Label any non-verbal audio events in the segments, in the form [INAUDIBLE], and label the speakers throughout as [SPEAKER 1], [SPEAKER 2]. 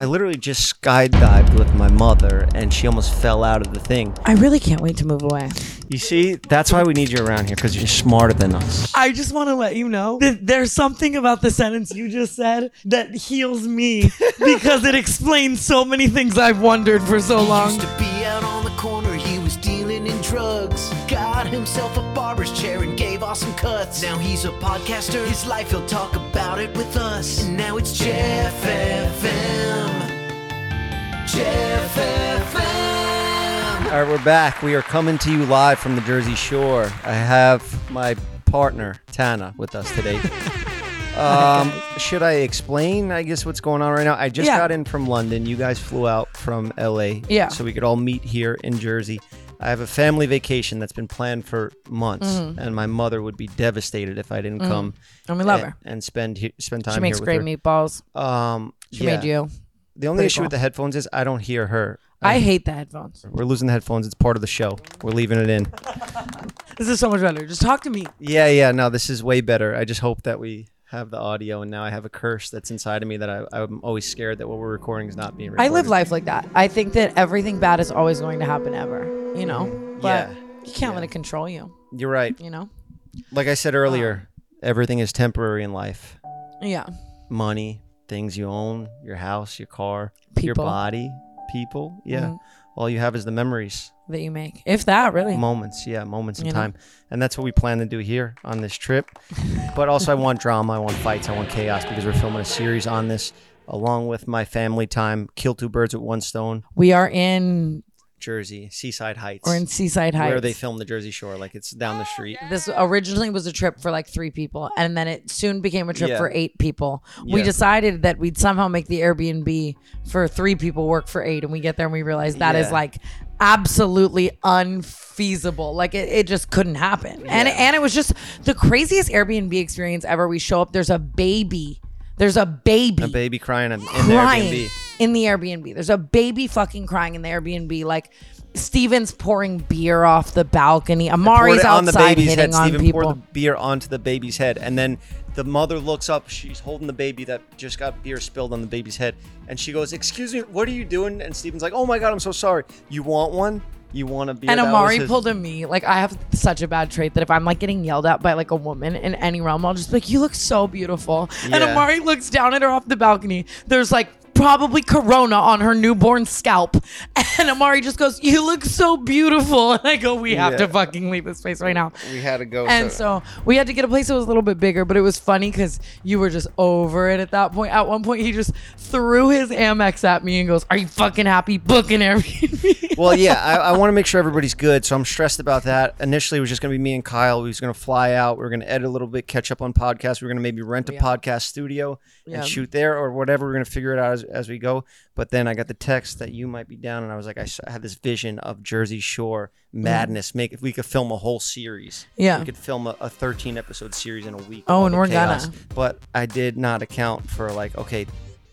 [SPEAKER 1] I literally just skydived with my mother, and she almost fell out of the thing.
[SPEAKER 2] I really can't wait to move away.
[SPEAKER 1] You see, that's why we need you around here because you're smarter than us.
[SPEAKER 3] I just want to let you know that there's something about the sentence you just said that heals
[SPEAKER 2] [LAUGHS]
[SPEAKER 3] me because it explains so many things I've wondered for so long.
[SPEAKER 4] Used to be out on the corner, he was dealing in drugs. Got himself a barber's chair and gave off some cuts. Now he's a podcaster, his life, he'll talk about it with us. And now it's Jeff FM. Jeff FM.
[SPEAKER 1] All right, we're back. We are coming to you live from the Jersey Shore. I have my partner Tana with us
[SPEAKER 3] [LAUGHS]
[SPEAKER 1] today. Um, should I explain? I guess what's going on right now. I just
[SPEAKER 3] Yeah.
[SPEAKER 1] got in from London. You guys flew out from LA,
[SPEAKER 3] Yeah.
[SPEAKER 1] so we could all meet here in Jersey. I have a family vacation that's been planned for months,
[SPEAKER 3] Mm-hmm.
[SPEAKER 1] and my mother would be devastated if I didn't come
[SPEAKER 2] And we love
[SPEAKER 1] a-
[SPEAKER 2] her.
[SPEAKER 1] and spend he- spend time.
[SPEAKER 2] She makes
[SPEAKER 1] here
[SPEAKER 2] great
[SPEAKER 1] with her.
[SPEAKER 2] meatballs.
[SPEAKER 1] Um,
[SPEAKER 2] She
[SPEAKER 1] yeah.
[SPEAKER 2] made you.
[SPEAKER 1] The only
[SPEAKER 2] Pretty
[SPEAKER 1] issue with
[SPEAKER 2] cool.
[SPEAKER 1] the headphones is I don't hear her.
[SPEAKER 2] I hate the headphones.
[SPEAKER 1] We're losing the headphones. It's part of the show. We're leaving it in.
[SPEAKER 3] This is so much better. Just talk to me.
[SPEAKER 1] Yeah, yeah. No, this is way better. I just hope that we have the audio, and now I have a curse that's inside of me that I, I'm always scared that what we're recording is not being
[SPEAKER 2] I
[SPEAKER 1] recorded.
[SPEAKER 2] live life like that. I think that everything bad is always going to happen ever, you know? But
[SPEAKER 1] Yeah.
[SPEAKER 2] you can't let it control you,
[SPEAKER 1] You're right.
[SPEAKER 2] you know? Uh.
[SPEAKER 1] Like I said earlier, everything is temporary in life.
[SPEAKER 2] Yeah.
[SPEAKER 1] Money, things you own, your house, your car, your
[SPEAKER 2] People.
[SPEAKER 1] body, people. Yeah.
[SPEAKER 2] Mhm.
[SPEAKER 1] All you have is the memories,
[SPEAKER 2] That you make. If that, really. [LAUGHS]
[SPEAKER 1] moments. Yeah, moments in
[SPEAKER 2] You know.
[SPEAKER 1] time. And that's what we plan to do here on this trip. but also, I want drama. I want fights. I want chaos because we're filming a series on this along with my family time. Kill two birds with one stone.
[SPEAKER 2] We are in,
[SPEAKER 1] Jersey, Seaside Heights.
[SPEAKER 2] we're in Seaside Heights.
[SPEAKER 1] Where they film the Jersey Shore, like it's down the street.
[SPEAKER 2] This originally was a trip for like three people, and then it soon became a trip
[SPEAKER 1] Yeah.
[SPEAKER 2] for eight people. We
[SPEAKER 1] Yeah.
[SPEAKER 2] decided that we'd somehow make the Airbnb for three people work for eight, and we get there and we realize that is
[SPEAKER 1] Yeah.
[SPEAKER 2] like absolutely unfeasible. Like it, it just couldn't happen. And and it was just the craziest Airbnb experience ever. We show up, there's a baby. There's a baby
[SPEAKER 1] A baby crying in in the
[SPEAKER 2] crying
[SPEAKER 1] Airbnb.
[SPEAKER 2] in the Airbnb. There's a baby fucking crying in the Airbnb. Like Steven's pouring beer off the balcony. Amari's
[SPEAKER 1] Poured it on the
[SPEAKER 2] outside
[SPEAKER 1] baby's
[SPEAKER 2] hitting
[SPEAKER 1] head.
[SPEAKER 2] on
[SPEAKER 1] Stephen
[SPEAKER 2] people.
[SPEAKER 1] poured the beer onto the baby's head, and then the mother looks up. She's holding the baby that just got beer spilled on the baby's head, and she goes, "Excuse me, what are you doing?" And Stephen's like, "Oh my god, I'm so sorry. You want one? You want a beer?"
[SPEAKER 2] and
[SPEAKER 1] That was
[SPEAKER 2] Amari
[SPEAKER 1] his-
[SPEAKER 2] pulled a me. Like I have such a bad trait that if I'm like getting yelled at by like a woman in any realm, I'll just be like, "You look so beautiful." And
[SPEAKER 1] Yeah.
[SPEAKER 2] Amari looks down at her off the balcony. There's like probably corona on her newborn scalp, [LAUGHS] and Amari just goes, "You look so beautiful." [LAUGHS] And I go, "We have
[SPEAKER 1] Yeah.
[SPEAKER 2] to fucking leave this place right now."
[SPEAKER 1] We had to go.
[SPEAKER 2] And so we had to get a place that was a little bit bigger, but it was funny because you were just over it at that point. At one point, he just threw his Amex at me and goes, "Are you fucking happy booking Airbnb?"
[SPEAKER 1] well, yeah, I, I want to make sure everybody's good, so I'm stressed about that. Initially, it was just going to be me and Kyle. We was going to fly out. We were going to edit a little bit, catch up on podcasts. We were going to maybe rent a podcast studio
[SPEAKER 2] Yeah.
[SPEAKER 1] and shoot there or whatever. We are going to figure it out as, as we go. But then I got the text that you might be down, and I was like, I, s- I had this vision of Jersey Shore madness. Make if we could film a whole series.
[SPEAKER 2] Mm-hmm. Yeah.
[SPEAKER 1] we could film a, a 13 episode series in a week.
[SPEAKER 2] Oh,
[SPEAKER 1] all
[SPEAKER 2] and
[SPEAKER 1] the
[SPEAKER 2] we're gonna.
[SPEAKER 1] chaos. But I did not account for like okay.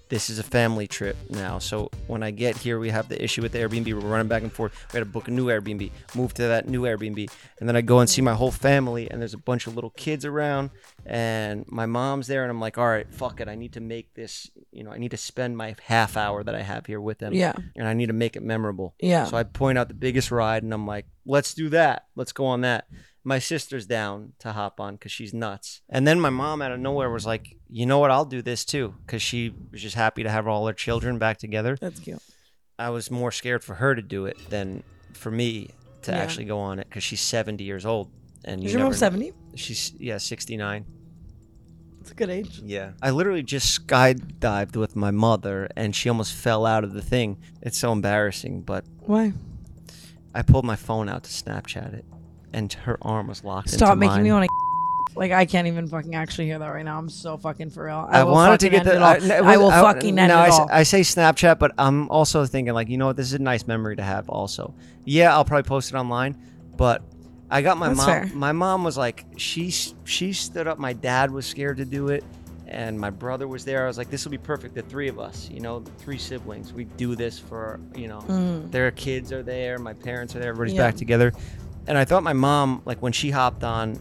[SPEAKER 1] This is a family trip now. So when I get here, we have the issue with the Airbnb. We're running back and forth. We had to book a new Airbnb, move to that new Airbnb. And then I go and see my whole family, and there's a bunch of little kids around, and my mom's there. And I'm like, all right, fuck it. I need to make this, you know, I need to spend my half hour that I have here with them.
[SPEAKER 2] Yeah.
[SPEAKER 1] And I need to make it memorable.
[SPEAKER 2] Yeah.
[SPEAKER 1] So I point out the biggest ride, and I'm like, let's do that. Let's go on that. My sister's down to hop on because she's nuts. And then my mom out of nowhere was like, you know what? I'll do this too. Because she was just happy to have all her children back together.
[SPEAKER 2] [LAUGHS] That's cute.
[SPEAKER 1] I was more scared for her to do it than for me to
[SPEAKER 2] Yeah.
[SPEAKER 1] actually go on it because she's 70 years old. And
[SPEAKER 2] Is
[SPEAKER 1] you
[SPEAKER 2] your mom
[SPEAKER 1] never-
[SPEAKER 2] seventy?
[SPEAKER 1] She's, yeah, 69.
[SPEAKER 2] It's a good age.
[SPEAKER 1] Yeah. I literally just skydived with my mother and she almost fell out of the thing. It's so embarrassing, but
[SPEAKER 2] Why?
[SPEAKER 1] I pulled my phone out to Snapchat it, and her arm was locked.
[SPEAKER 2] Stop
[SPEAKER 1] into
[SPEAKER 2] making
[SPEAKER 1] mine.
[SPEAKER 2] me want [LAUGHS] Like I can't even fucking actually hear that right now. I'm so fucking for real.
[SPEAKER 1] I,
[SPEAKER 2] will
[SPEAKER 1] wanted to
[SPEAKER 2] fucking
[SPEAKER 1] get
[SPEAKER 2] end
[SPEAKER 1] the. uh,
[SPEAKER 2] it all. I, will fucking end
[SPEAKER 1] now I, uh,
[SPEAKER 2] it
[SPEAKER 1] s-
[SPEAKER 2] all.
[SPEAKER 1] I say Snapchat, but I'm also thinking like, you know what? This is a nice memory to have. Also, yeah, I'll probably post it online, but I got my
[SPEAKER 2] That's
[SPEAKER 1] mom.
[SPEAKER 2] fair.
[SPEAKER 1] My mom was like, she s- she stood up. My dad was scared to do it, and my brother was there. I was like, this will be perfect. The three of us, you know, the three siblings. We do this for you know, their kids are there, my parents are there, everybody's
[SPEAKER 2] Mm. Yeah.
[SPEAKER 1] back together, and I thought my mom like when she hopped on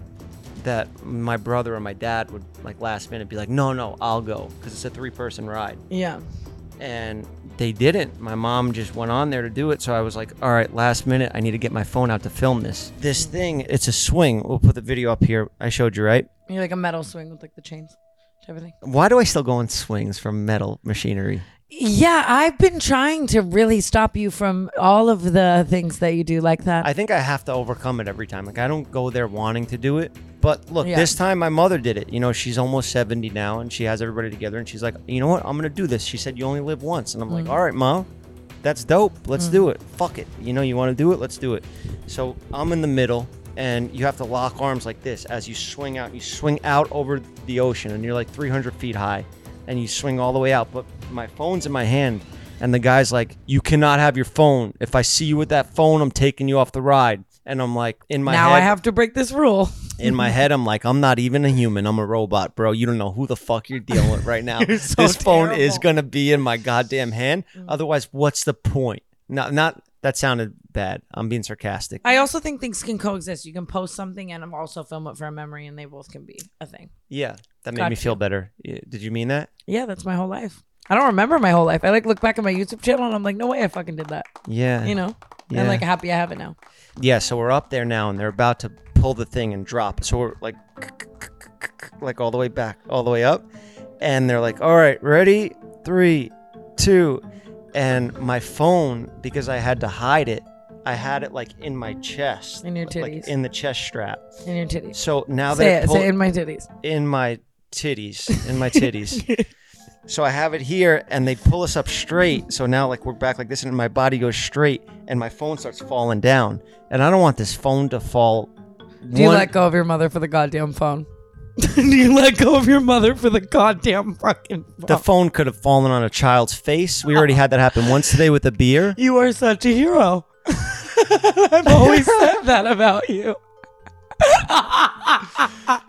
[SPEAKER 1] that my brother and my dad would like last minute be like, no, no, I'll go because it's a three person ride.
[SPEAKER 2] yeah.
[SPEAKER 1] And they didn't. My mom just went on there to do it. So I was like, all right, last minute, I need to get my phone out to film this. This thing, it's a swing. We'll put the video up here. I showed you, right?
[SPEAKER 2] You're like a metal swing with like the chains, type of thing.
[SPEAKER 1] Why do I still go on swings from metal machinery?
[SPEAKER 2] Yeah, I've been trying to really stop you from all of the things that you do like that.
[SPEAKER 1] I think I have to overcome it every time. Like I don't go there wanting to do it. But look,
[SPEAKER 2] Yeah.
[SPEAKER 1] this time my mother did it. You know, she's almost 70 now and she has everybody together and she's like, "You know what? I'm going to do this." She said, "You only live once." And I'm
[SPEAKER 2] Mm.
[SPEAKER 1] like, "All right, mom. That's dope. Let's do it. Fuck it. You know, you want to do it? Let's do it." So, I'm in the middle and you have to lock arms like this as you swing out. You swing out over the ocean and you're like 300 feet high and you swing all the way out, but my phone's in my hand and the guy's like, "You cannot have your phone. If I see you with that phone, I'm taking you off the ride." And I'm like, in my
[SPEAKER 2] now
[SPEAKER 1] head,
[SPEAKER 2] I have to break this rule. [LAUGHS]
[SPEAKER 1] in
[SPEAKER 2] Mm-hmm.
[SPEAKER 1] my head, I'm like, I'm not even a human. I'm a robot, bro. You don't know who the fuck you're dealing with right
[SPEAKER 2] [LAUGHS]
[SPEAKER 1] now. this phone is gonna be in my goddamn hand.
[SPEAKER 2] Mm.
[SPEAKER 1] Otherwise, what's the point? Not, not that sounded bad. I'm being sarcastic.
[SPEAKER 2] I also think things can coexist. You can post something and also film it for a memory, and they both can be a thing.
[SPEAKER 1] yeah, that made me
[SPEAKER 2] Gotcha.
[SPEAKER 1] feel better. Yeah, Did you mean that?
[SPEAKER 2] Yeah, that's my whole life. I don't remember my whole life. I like look back at my YouTube channel and I'm like, no way I fucking did that.
[SPEAKER 1] Yeah.
[SPEAKER 2] You know?
[SPEAKER 1] Yeah.
[SPEAKER 2] And like happy I have it now.
[SPEAKER 1] Yeah, so we're up there now, and they're about to pull the thing and drop. So we're like, like all the way back, all the way up, and they're like, "All right, ready, three, two, and my phone because I had to hide it. I had it like in my chest,
[SPEAKER 2] In your
[SPEAKER 1] like
[SPEAKER 2] titties.
[SPEAKER 1] in the chest strap.
[SPEAKER 2] In your titties.
[SPEAKER 1] So now
[SPEAKER 2] Say
[SPEAKER 1] they're
[SPEAKER 2] it.
[SPEAKER 1] pull-
[SPEAKER 2] Say it in my titties.
[SPEAKER 1] in my titties, in my
[SPEAKER 2] [LAUGHS]
[SPEAKER 1] titties. so I have it here, and they pull us up straight. So now, like, we're back like this, and my body goes straight, and my phone starts falling down. And I don't want this phone to fall.
[SPEAKER 2] Do you
[SPEAKER 1] one-
[SPEAKER 2] let go of your mother for the goddamn phone? [LAUGHS] Do you let go of your mother for the goddamn fucking phone?
[SPEAKER 1] The phone could have fallen on a child's face. We already had that happen once today with a
[SPEAKER 2] [LAUGHS]
[SPEAKER 1] beer.
[SPEAKER 3] You are such a hero.
[SPEAKER 1] [LAUGHS]
[SPEAKER 2] I've always said that about you.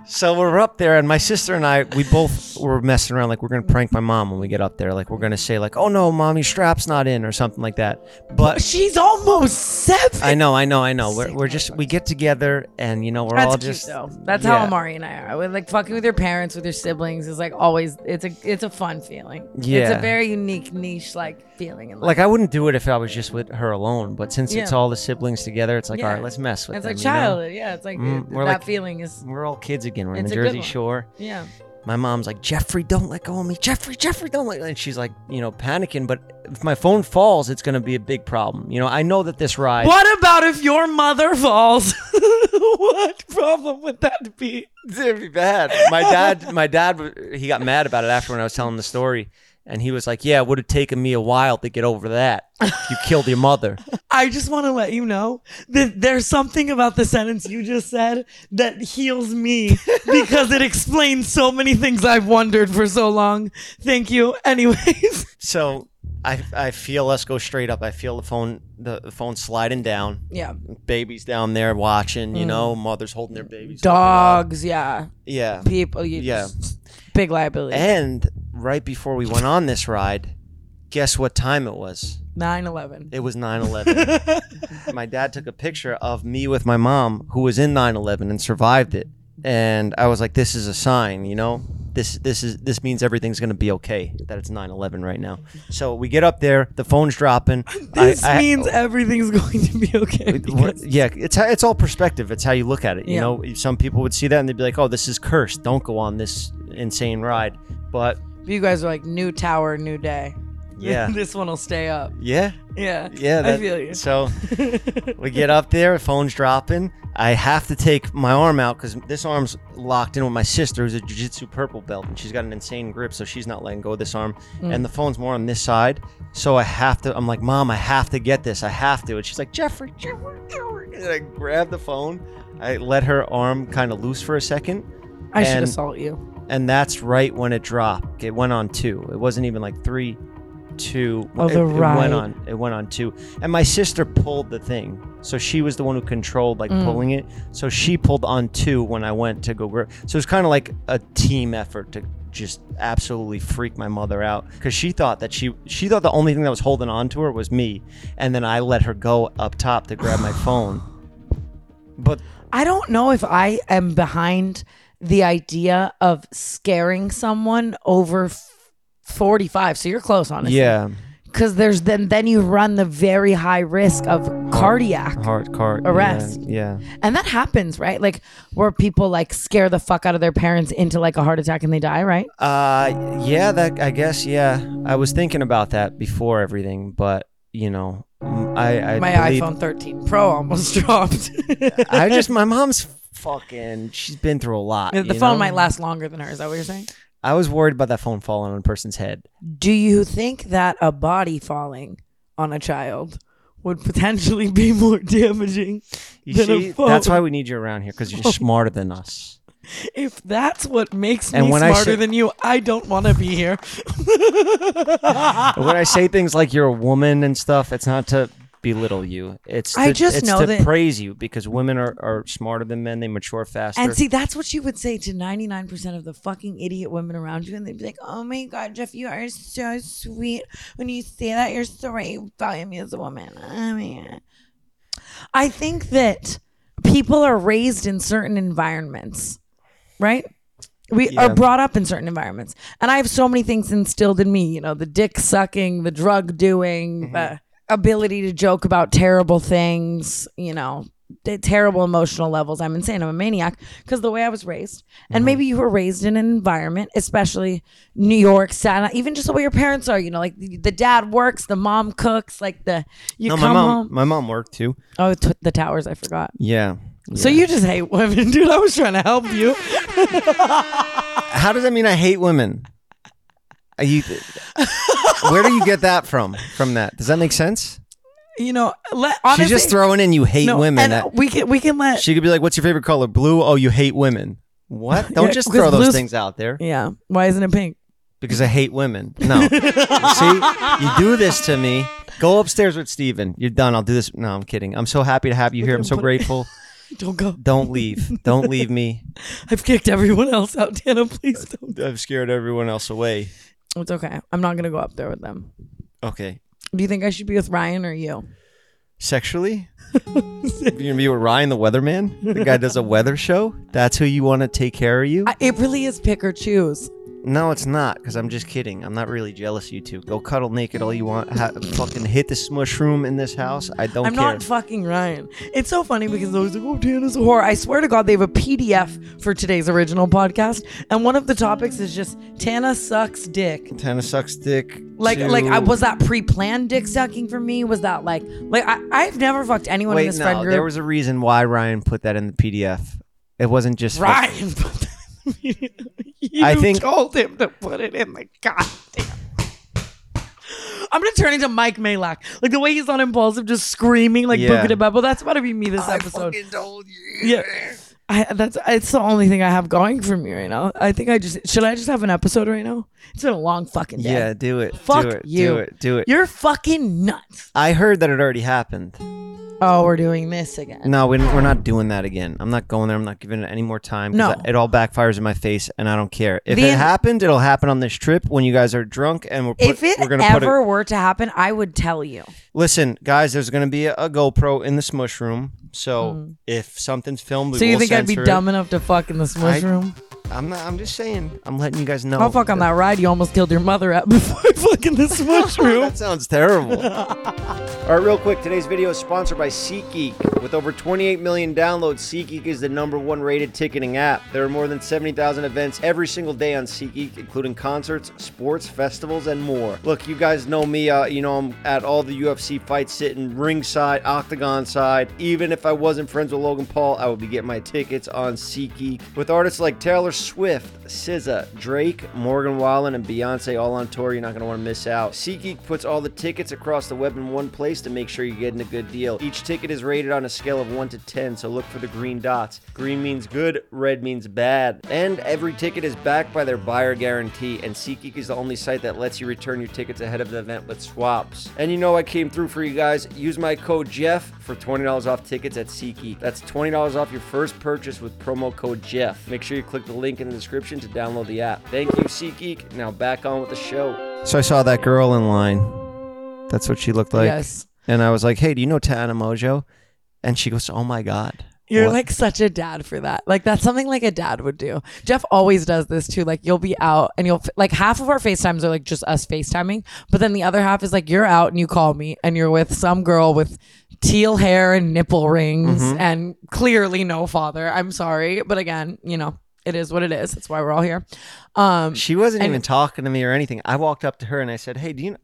[SPEAKER 1] So we're up there, and my sister and I, we both were messing around like we're gonna prank my mom when we get up there. Like we're gonna say like, "Oh no, mommy, strap's not in" or something like that. But
[SPEAKER 2] [LAUGHS]
[SPEAKER 3] She's almost seven.
[SPEAKER 1] I know, I know, I know. We're, we're just we get together, and you know we're all
[SPEAKER 2] That's cute
[SPEAKER 1] just
[SPEAKER 2] though. That's
[SPEAKER 1] yeah.
[SPEAKER 2] how Amari and I are. We're like fucking with your parents, with your siblings is like always. It's a it's a fun feeling. it's
[SPEAKER 1] Yeah.
[SPEAKER 2] a very unique niche like feeling. In life.
[SPEAKER 1] like I wouldn't do it if I was just with her alone, but since it's
[SPEAKER 2] Yeah.
[SPEAKER 1] all the siblings together, it's like all
[SPEAKER 2] Yeah.
[SPEAKER 1] right, let's mess with
[SPEAKER 2] it's
[SPEAKER 1] them.
[SPEAKER 2] like
[SPEAKER 1] you know?
[SPEAKER 2] childhood. Yeah, it's like
[SPEAKER 1] Mm,
[SPEAKER 2] it-
[SPEAKER 1] we're
[SPEAKER 2] that
[SPEAKER 1] like-
[SPEAKER 2] feeling is.
[SPEAKER 1] We're all kids again. We're in
[SPEAKER 2] It's
[SPEAKER 1] the
[SPEAKER 2] a good
[SPEAKER 1] Jersey
[SPEAKER 2] one.
[SPEAKER 1] Shore.
[SPEAKER 2] Yeah,
[SPEAKER 1] My mom's like, Jeffrey, don't let go of me. Jeffrey, Jeffrey, don't let. And she's like, you know, panicking. But if my phone falls, it's gonna be a big problem. You know, I know that this ride.
[SPEAKER 3] What about if your mother falls? [LAUGHS] what problem would that be?
[SPEAKER 1] It'd be bad.
[SPEAKER 2] [LAUGHS]
[SPEAKER 1] My dad, my dad, w- he got mad about it after when I was telling him the story, and he was like, "Yeah, it would have taken me a while to get over that. You killed your mother."
[SPEAKER 3] I just want to let you know that there's something about the sentence you just said that heals
[SPEAKER 2] [LAUGHS]
[SPEAKER 3] me because it explains so many things I've wondered for so long. Thank you. Anyways,
[SPEAKER 1] So I, I feel us go straight up. I feel the phone, the, the phone sliding down.
[SPEAKER 2] yeah.
[SPEAKER 1] Babies down there watching. You know, mothers holding their babies.
[SPEAKER 2] Dogs, yeah.
[SPEAKER 1] Yeah.
[SPEAKER 2] People, you
[SPEAKER 1] Yeah.
[SPEAKER 2] just- big liability.
[SPEAKER 1] And right before we went on this ride, guess what time it was?
[SPEAKER 2] 9/11.
[SPEAKER 1] It was 9/11. my dad took a picture of me with my mom, who was in 9/11 and survived it. And I was like, "This is a sign, you know. This this is this means everything's gonna be okay. That it's 9/11 right now." So we get up there, the phone's dropping. I-
[SPEAKER 3] this
[SPEAKER 1] I-
[SPEAKER 3] means everything's [LAUGHS] going to be okay.
[SPEAKER 1] What- yeah, it's it's all perspective. It's how you look at it. You
[SPEAKER 2] Yeah.
[SPEAKER 1] know, some people would see that and they'd be like, "Oh, this is cursed. Don't go on this insane ride." But
[SPEAKER 2] But you guys are like new tower, new day.
[SPEAKER 3] [LAUGHS]
[SPEAKER 1] yeah,
[SPEAKER 2] this one will stay up.
[SPEAKER 1] yeah,
[SPEAKER 2] Yeah.
[SPEAKER 1] yeah.
[SPEAKER 2] I feel you. [LAUGHS]
[SPEAKER 1] So we get up there, phone's dropping. I have to take my arm out because this arm's locked in with my sister, who's a jiu-jitsu purple belt, and she's got an insane grip, so she's not letting go of this arm.
[SPEAKER 2] Mm.
[SPEAKER 1] And the phone's more on this side, so I have to. I'm like, "Mom, I have to get this. I have to." And she's like, "Jeffrey, Jeffrey, Jeffrey," and I grab the phone. I let her arm kind of loose for a second,
[SPEAKER 3] I should
[SPEAKER 1] And-
[SPEAKER 3] assault you.
[SPEAKER 1] and that's right when it dropped. It went on two. It wasn't even like three, two.
[SPEAKER 3] Oh,
[SPEAKER 1] it,
[SPEAKER 3] the
[SPEAKER 1] it
[SPEAKER 3] ride.
[SPEAKER 1] went on. It went on two. And my sister pulled the thing, so she was the one who controlled like
[SPEAKER 3] Mm.
[SPEAKER 1] pulling it. So she pulled on two when I went to go grab. So it's kind of like a team effort to just absolutely freak my mother out because she thought that she she thought the only thing that was holding on to her was me, and then I let her go up top to grab my phone.
[SPEAKER 3] [SIGHS]
[SPEAKER 1] But
[SPEAKER 3] I don't know if I am behind the idea of scaring someone over f- 45. So you're close, honestly.
[SPEAKER 1] yeah,
[SPEAKER 3] Because there's then then you run the very high risk of cardiac.
[SPEAKER 1] hard cart yeah,
[SPEAKER 3] Arrest.
[SPEAKER 1] Yeah,
[SPEAKER 3] And that happens, right? Like where people like scare the fuck out of their parents into like a heart attack and they die, right?
[SPEAKER 1] Uh, yeah, that I guess. Yeah, I was thinking about that before everything, but you know, m- I I
[SPEAKER 2] My
[SPEAKER 1] believe-
[SPEAKER 2] iPhone 13 Pro almost [LAUGHS] dropped. the
[SPEAKER 1] [LAUGHS] I just
[SPEAKER 2] [LAUGHS]
[SPEAKER 1] my mom's fucking. She's been through a lot. you
[SPEAKER 2] phone
[SPEAKER 1] know?
[SPEAKER 2] might last longer than her. Is that what you're saying?
[SPEAKER 1] I was worried about that phone falling on a person's head.
[SPEAKER 2] Do you think that a body falling on a child would potentially be more damaging?
[SPEAKER 1] You
[SPEAKER 2] Than a
[SPEAKER 1] see, that's
[SPEAKER 2] [LAUGHS] phone.
[SPEAKER 1] why we need you around here because you're smarter than us.
[SPEAKER 2] If that's what makes
[SPEAKER 1] And
[SPEAKER 2] me
[SPEAKER 1] when I
[SPEAKER 2] smarter
[SPEAKER 1] say-
[SPEAKER 2] than you, I don't want to be here.
[SPEAKER 1] when I say things like you're a woman and stuff, it's not to belittle you. It's to,
[SPEAKER 2] I just
[SPEAKER 1] it's
[SPEAKER 2] know
[SPEAKER 1] to
[SPEAKER 2] that-
[SPEAKER 1] praise you because women are, are smarter than men. They mature faster.
[SPEAKER 2] And see, that's what you would say to 99% of the fucking idiot women around you. And they'd be like, oh my God, Jeff, you are so sweet. When you say that, you're so right. You value me as a woman. Oh I mean,
[SPEAKER 3] I think that people are raised in certain environments, right? We
[SPEAKER 1] Yeah.
[SPEAKER 3] are brought up in certain environments. And I have so many things instilled in me, you know, the dick sucking, the drug doing,
[SPEAKER 1] Mm-hmm.
[SPEAKER 3] the ability to joke about terrible things, you know, the terrible emotional levels. I'm insane. I'm a maniac because the way I was raised. And
[SPEAKER 1] Mm-hmm.
[SPEAKER 3] maybe you were raised in an environment, especially New York, Santa, even just the way your parents are, you know, like the, the dad works, the mom cooks, like the, you
[SPEAKER 1] no,
[SPEAKER 3] come
[SPEAKER 1] my mom,
[SPEAKER 3] home.
[SPEAKER 1] my mom worked too.
[SPEAKER 3] Oh, t- the towers, I forgot.
[SPEAKER 1] Yeah.
[SPEAKER 2] so you just hate
[SPEAKER 3] [LAUGHS]
[SPEAKER 2] women, dude. I was trying to help you.
[SPEAKER 1] [LAUGHS] How does that mean I hate women? Are you, where do you get that from? From that? Does that make sense?
[SPEAKER 2] You know, let, honestly,
[SPEAKER 1] She's just throwing in you hate
[SPEAKER 2] no,
[SPEAKER 1] women.
[SPEAKER 2] And
[SPEAKER 1] That-
[SPEAKER 2] we can, we can let,
[SPEAKER 1] she could be like, "What's your favorite color? Blue? Oh, you hate women." What?
[SPEAKER 2] [LAUGHS]
[SPEAKER 1] Don't
[SPEAKER 2] Yeah,
[SPEAKER 1] just
[SPEAKER 2] because
[SPEAKER 1] throw those
[SPEAKER 2] blue's-
[SPEAKER 1] things out there
[SPEAKER 2] yeah. Why isn't it pink?
[SPEAKER 1] because I hate women.
[SPEAKER 2] [LAUGHS]
[SPEAKER 1] No. See, you do this to me. Go upstairs with Steven. You're done. I'll do this. No, I'm kidding. I'm so happy to have you here. I'm so
[SPEAKER 2] [LAUGHS]
[SPEAKER 1] grateful.
[SPEAKER 2] Don't go.
[SPEAKER 1] Don't leave. Don't leave me.
[SPEAKER 2] I've kicked everyone else out, Dana. Please don't.
[SPEAKER 1] I've scared everyone else away.
[SPEAKER 2] It's okay. I'm not going to go up there with them.
[SPEAKER 1] Okay.
[SPEAKER 2] Do you think I should be with Ryan or you? [LAUGHS]
[SPEAKER 1] Sexually? You're gonna be with Ryan the weatherman? The guy does a weather show? That's who you wanna take care of you?
[SPEAKER 2] I, it really is pick or choose.
[SPEAKER 1] no, it's not, because I'm just kidding. I'm not really jealous of you two. Go cuddle naked all you want. Ha- fucking hit this mushroom in this house. I don't
[SPEAKER 2] I'm
[SPEAKER 1] care.
[SPEAKER 2] not fucking Ryan. It's so funny because they're always like, oh, Dana's a whore. I swear to God, they have a PDF for today's original podcast. And one of the topics is just Tana sucks dick.
[SPEAKER 1] Tana sucks dick.
[SPEAKER 2] Like,
[SPEAKER 1] to-
[SPEAKER 2] like I was that pre-planned dick sucking for me? Was that like, like I, I've never fucked anyone in
[SPEAKER 1] Wait,
[SPEAKER 2] this
[SPEAKER 1] no,
[SPEAKER 2] friend group.
[SPEAKER 1] there was a reason why Ryan put that in the PDF. It wasn't just for- [LAUGHS]
[SPEAKER 2] Ryan put that in the media. You
[SPEAKER 1] I think-
[SPEAKER 2] told him to put it in the goddamn. I'm gonna turn into Mike Malak, like the way he's on impulsive, just screaming like
[SPEAKER 1] Yeah.
[SPEAKER 2] yeah. Boogada Bubble. That's about to be me this episode. I fucking told you. Yeah, I, that's it's the only thing I have going for me right now. I think I just should I just have an episode right now. It's been a long fucking day.
[SPEAKER 1] Yeah, do it.
[SPEAKER 2] Fuck
[SPEAKER 1] do it.
[SPEAKER 2] you.
[SPEAKER 1] Do it. Do it.
[SPEAKER 2] You're fucking nuts.
[SPEAKER 1] I heard that it already happened.
[SPEAKER 2] Oh, we're doing this again.
[SPEAKER 1] No, we, we're not doing that again. I'm not going there. I'm not giving it any more time. 'cause
[SPEAKER 2] No.
[SPEAKER 1] I- it all backfires in my face, and I don't care. If
[SPEAKER 2] The-
[SPEAKER 1] it happened, it'll happen on this trip when you guys are drunk, and we're put,
[SPEAKER 3] if it
[SPEAKER 1] we're gonna
[SPEAKER 3] ever
[SPEAKER 1] put
[SPEAKER 3] were to happen, I would tell you.
[SPEAKER 1] it. Listen, guys, there's gonna be a, a GoPro in the smush room, so if something's filmed, we
[SPEAKER 2] So you
[SPEAKER 1] will
[SPEAKER 2] think I'd be
[SPEAKER 1] censor it.
[SPEAKER 2] dumb enough to fuck in the smush
[SPEAKER 1] I-
[SPEAKER 2] room?
[SPEAKER 1] I'm not. I'm just saying. I'm letting you guys know.
[SPEAKER 2] I'll Oh, fuck on that ride you almost killed your mother at [LAUGHS] before I fucking
[SPEAKER 1] [LAUGHS]
[SPEAKER 2] the smush room.
[SPEAKER 1] That sounds terrible. All right, real quick. Today's video is sponsored by SeatGeek. With over 28 million downloads, SeatGeek is the number one rated ticketing app. There are more than 70,000 events every single day on SeatGeek, including concerts, sports, festivals, and more. Look, you guys know me. Uh, you know, I'm at all the UFC fights, sitting ringside, octagon side. Even if I wasn't friends with Logan Paul, I would be getting my tickets on SeatGeek. With artists like Taylor Swift, SZA, Drake, Morgan Wallen, and Beyonce all on tour. You're not going to want to miss out. SeatGeek puts all the tickets across the web in one place to make sure you're getting a good deal. Each ticket is rated on a scale of 1 to 10, so look for the green dots. Green means good, red means bad. And every ticket is backed by their buyer guarantee, and SeatGeek is the only site that lets you return your tickets ahead of the event with swaps. And you know I came through for you guys. Use my code Jeff for $20 off tickets at SeatGeek. That's $20 off your first purchase with promo code Jeff. Make sure you click the link in the description to download the app. Thank you, SeatGeek. Now back on with the show. So I saw that girl in line. That's what she looked like.
[SPEAKER 2] yes.
[SPEAKER 1] And I was like, hey, do you know Tana Mojo? And she goes, oh my God.
[SPEAKER 2] You're
[SPEAKER 1] What?
[SPEAKER 2] like such a dad for that. Like that's something like a dad would do. Jeff always does this too. Like you'll be out and you'll like half of our FaceTimes are like just us FaceTiming, but then the other half is like you're out and you call me and you're with some girl with teal hair and nipple rings
[SPEAKER 1] Mm-hmm.
[SPEAKER 2] and clearly no father. I'm sorry, but again, you know, it is what it is. That's why we're all here. Um
[SPEAKER 1] She wasn't even talking to me or anything. I walked up to her and I said, "Hey, do you?" Know?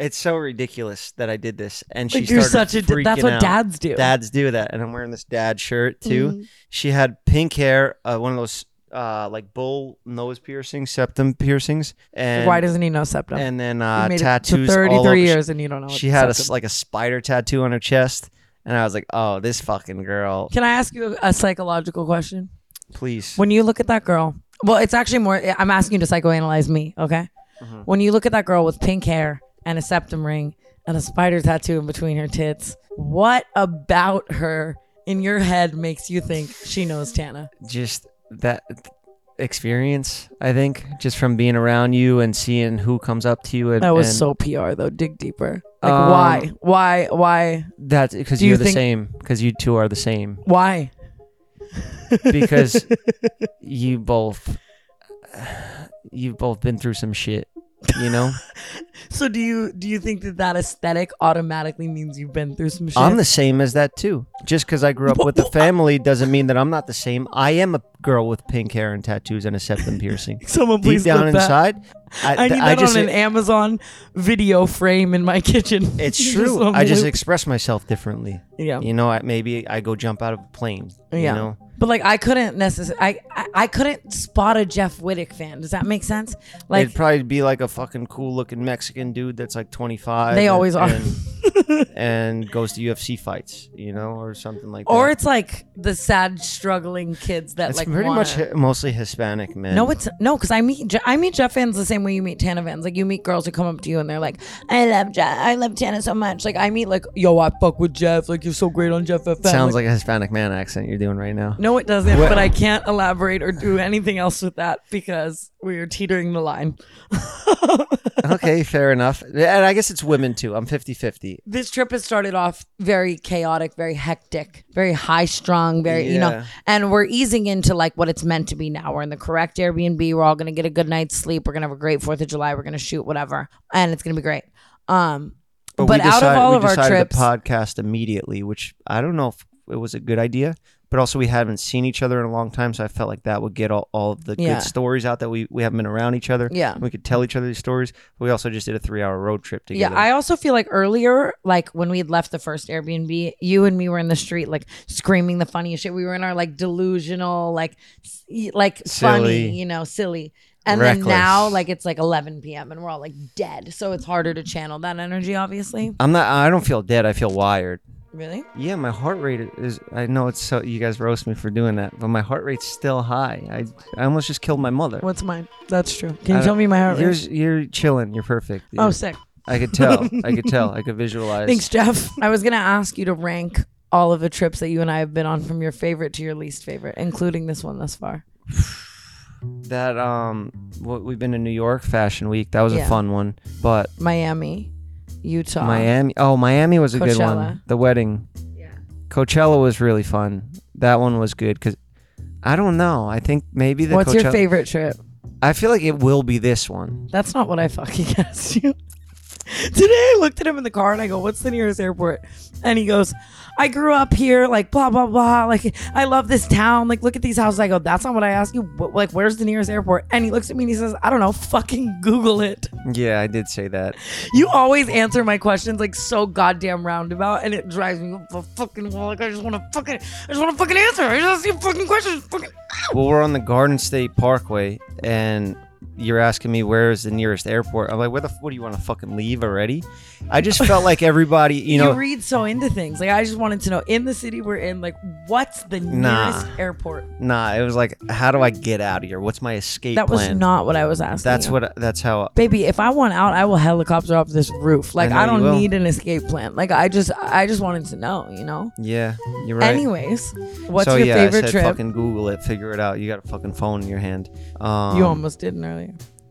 [SPEAKER 1] It's so ridiculous that I did this, and she
[SPEAKER 2] Like, you're
[SPEAKER 1] started
[SPEAKER 2] such a d- that's
[SPEAKER 1] freaking
[SPEAKER 2] what
[SPEAKER 1] out.
[SPEAKER 2] dads do.
[SPEAKER 1] Dads do that, and I'm wearing this dad shirt too.
[SPEAKER 2] Mm-hmm.
[SPEAKER 1] She had pink hair, uh, one of those uh, like bull nose piercings, septum piercings, and
[SPEAKER 2] why doesn't he know septum?
[SPEAKER 1] and then
[SPEAKER 2] You
[SPEAKER 1] uh,
[SPEAKER 2] made it to
[SPEAKER 1] tattoos. all
[SPEAKER 2] 33
[SPEAKER 1] over-
[SPEAKER 2] years and you don't know.
[SPEAKER 1] She
[SPEAKER 2] what
[SPEAKER 1] had a, s-
[SPEAKER 2] septum-
[SPEAKER 1] like a spider tattoo on her chest, and I was like, "Oh, this fucking girl,
[SPEAKER 2] Can I ask you a psychological question?
[SPEAKER 1] please."
[SPEAKER 2] When you look at that girl, well, it's actually more, eh, I'm asking you to psychoanalyze me, okay?
[SPEAKER 1] Mm-hmm.
[SPEAKER 2] When you look at that girl with pink hair and a septum ring and a spider tattoo in between her tits, what about her in your head makes you think she knows Tana?
[SPEAKER 1] just that experience i think just from being around you and seeing who comes up to you and
[SPEAKER 2] That was
[SPEAKER 1] and
[SPEAKER 2] so PR though. Dig deeper. Like,
[SPEAKER 1] Um,
[SPEAKER 2] why? Why? Why?
[SPEAKER 1] that's because
[SPEAKER 2] Do you
[SPEAKER 1] you're the
[SPEAKER 2] think-
[SPEAKER 1] same because you two are the
[SPEAKER 2] [LAUGHS]
[SPEAKER 1] same
[SPEAKER 2] Why? [LAUGHS]
[SPEAKER 1] because you both you've both been through some shit you know
[SPEAKER 2] So do you do you think that that aesthetic automatically means you've been through some [LAUGHS] shit?
[SPEAKER 1] i'm the same as that too just because i grew up
[SPEAKER 2] [LAUGHS]
[SPEAKER 1] with a family doesn't mean that i'm not the same i am a girl with pink hair and tattoos and a septum piercing
[SPEAKER 2] Someone
[SPEAKER 1] deep
[SPEAKER 2] [LAUGHS] please
[SPEAKER 1] down
[SPEAKER 2] clip that.
[SPEAKER 1] inside
[SPEAKER 2] I need
[SPEAKER 1] th-
[SPEAKER 2] that
[SPEAKER 1] just e,
[SPEAKER 2] on an Amazon video frame in my [LAUGHS] kitchen.
[SPEAKER 1] it's
[SPEAKER 2] Just
[SPEAKER 1] true
[SPEAKER 2] on
[SPEAKER 1] i just
[SPEAKER 2] loop.
[SPEAKER 1] express myself differly
[SPEAKER 2] yeah.
[SPEAKER 1] You know, I, maybe I go jump out of a plane. You
[SPEAKER 2] Yeah.
[SPEAKER 1] know,
[SPEAKER 2] But like I couldn't necessarily I, I I couldn't spot a Jeff Wittick fan. Does that make sense? Like
[SPEAKER 1] it'd probably be like a fucking cool looking Mexican dude that's like 25.
[SPEAKER 2] They
[SPEAKER 1] and-
[SPEAKER 2] always are. [LAUGHS]
[SPEAKER 1] And, and goes to UFC fights, you know, or something like
[SPEAKER 2] or
[SPEAKER 1] that.
[SPEAKER 2] it's like the sad struggling kids that
[SPEAKER 1] it's
[SPEAKER 2] like
[SPEAKER 1] pretty
[SPEAKER 2] wanna-
[SPEAKER 1] much hi- mostly Hispanic men.
[SPEAKER 2] No, it's no, because I meet Je- I meet Jeff fans the same way you meet Tana fans. Like you meet girls who come up to you and they're like, "I love Jeff, I love Tana so much." Like I meet like, "Yo, I fuck with Jeff. Like you're so great on Jeff FM."
[SPEAKER 1] sounds like a Hispanic man accent you're doing right now.
[SPEAKER 2] [LAUGHS] No, it doesn't. but I can't elaborate or do anything else with that because we are teetering the line.
[SPEAKER 1] okay, fair enough. And I guess it's women too. I'm 50 50.
[SPEAKER 2] This trip has started off very chaotic, very hectic, very high strung, very, you
[SPEAKER 1] Yeah.
[SPEAKER 2] know, and we're easing into like what it's meant to be now. We're in the correct Airbnb. We're all going to get a good night's sleep. We're going to have a great 4th of July. We're going to shoot whatever. And it's going to be great. Um, but out of all
[SPEAKER 1] we
[SPEAKER 2] of our
[SPEAKER 1] decided
[SPEAKER 2] trips,
[SPEAKER 1] to podcast immediately, which I don't know if it was a good idea, but also we haven't seen each other in a long time, so I felt like that would get all, all of the
[SPEAKER 2] Yeah.
[SPEAKER 1] good stories out that we, we haven't been around each other.
[SPEAKER 2] Yeah.
[SPEAKER 1] we could tell each other these stories. We also just did a three hour road trip together.
[SPEAKER 2] Yeah, I also feel like earlier, like when we had left the first Airbnb, you and me were in the street, like screaming the funniest shit. We were in our like delusional, like, s- y- like
[SPEAKER 1] Silly.
[SPEAKER 2] funny, you know, silly. And
[SPEAKER 1] Reckless.
[SPEAKER 2] then now, like it's like 11 p.m. and we're all like dead. So it's harder to channel that energy, obviously.
[SPEAKER 1] I'm not. I don't feel dead. I feel wired.
[SPEAKER 2] Really?
[SPEAKER 1] Yeah, my heart rate is. I know it's so. You guys roast me for doing that, but my heart rate's still high. I I almost just killed my mother.
[SPEAKER 2] What's mine? That's true. Can
[SPEAKER 1] I
[SPEAKER 2] you tell
[SPEAKER 1] don't-
[SPEAKER 2] me my heart rate?
[SPEAKER 1] Yours, you're chilling. You're perfect.
[SPEAKER 2] Oh,
[SPEAKER 1] You're-
[SPEAKER 2] sick.
[SPEAKER 1] I could
[SPEAKER 2] [LAUGHS]
[SPEAKER 1] tell. I could tell. I could visualize.
[SPEAKER 2] Thanks, [LAUGHS] Jeff. I was gonna ask you to rank all of the trips that you and I have been on, from your favorite to your least favorite, including this one thus far.
[SPEAKER 1] that um what we've been in New York Fashion Week. That was a
[SPEAKER 2] Yeah.
[SPEAKER 1] fun one. But
[SPEAKER 2] Miami, Utah.
[SPEAKER 1] Miami oh Miami was a good one.
[SPEAKER 2] Coachella.
[SPEAKER 1] The wedding. Yeah. Coachella was really fun. That one was good cuz I don't know. I think maybe the
[SPEAKER 2] What's your
[SPEAKER 1] Coachella-
[SPEAKER 2] favorite trip?
[SPEAKER 1] I feel like it will be this one.
[SPEAKER 2] That's not what I fucking [LAUGHS] asked you. Today I looked at him in the car and I go, What's the nearest airport? And he goes, I grew up here, like blah, blah, blah. Like, I love this town. Like, look at these houses. I go, That's not what I asked you. But, like, where's the nearest airport? And he looks at me and he says, I don't know, fucking Google it.
[SPEAKER 1] Yeah, I did say that.
[SPEAKER 2] You always answer my questions like so goddamn roundabout, and it drives me up a fucking wall. Like I just want to fucking, I just want to fucking answer. I just want to see fucking questions. Fucking.
[SPEAKER 1] Well, we're on the Garden State Parkway, and you're asking me where is the nearest airport. I'm like, where the f- what do you want to fucking leave already? I just felt like everybody, you
[SPEAKER 2] [LAUGHS] You,
[SPEAKER 1] know,
[SPEAKER 2] read so into things. Like I just wanted to know in the city we're in, like what's the
[SPEAKER 1] Nah.
[SPEAKER 2] nearest airport?
[SPEAKER 1] nah. It was like, how do I get out of here? What's my escape
[SPEAKER 2] That was
[SPEAKER 1] plan?
[SPEAKER 2] not what I was asking.
[SPEAKER 1] That's
[SPEAKER 2] you.
[SPEAKER 1] what. That's how.
[SPEAKER 2] Baby, if I want out, I will helicopter off this roof. Like
[SPEAKER 1] know
[SPEAKER 2] I,
[SPEAKER 1] you
[SPEAKER 2] don't
[SPEAKER 1] will.
[SPEAKER 2] need an escape plan. Like I just, I just wanted to know. You know.
[SPEAKER 1] Yeah, you're right.
[SPEAKER 2] Anyways, what's
[SPEAKER 1] so
[SPEAKER 2] your
[SPEAKER 1] yeah, I
[SPEAKER 2] favorite
[SPEAKER 1] said
[SPEAKER 2] trip?
[SPEAKER 1] fucking Google it, figure it out. You got a fucking phone in your hand. Um,
[SPEAKER 2] you almost didn't earlier.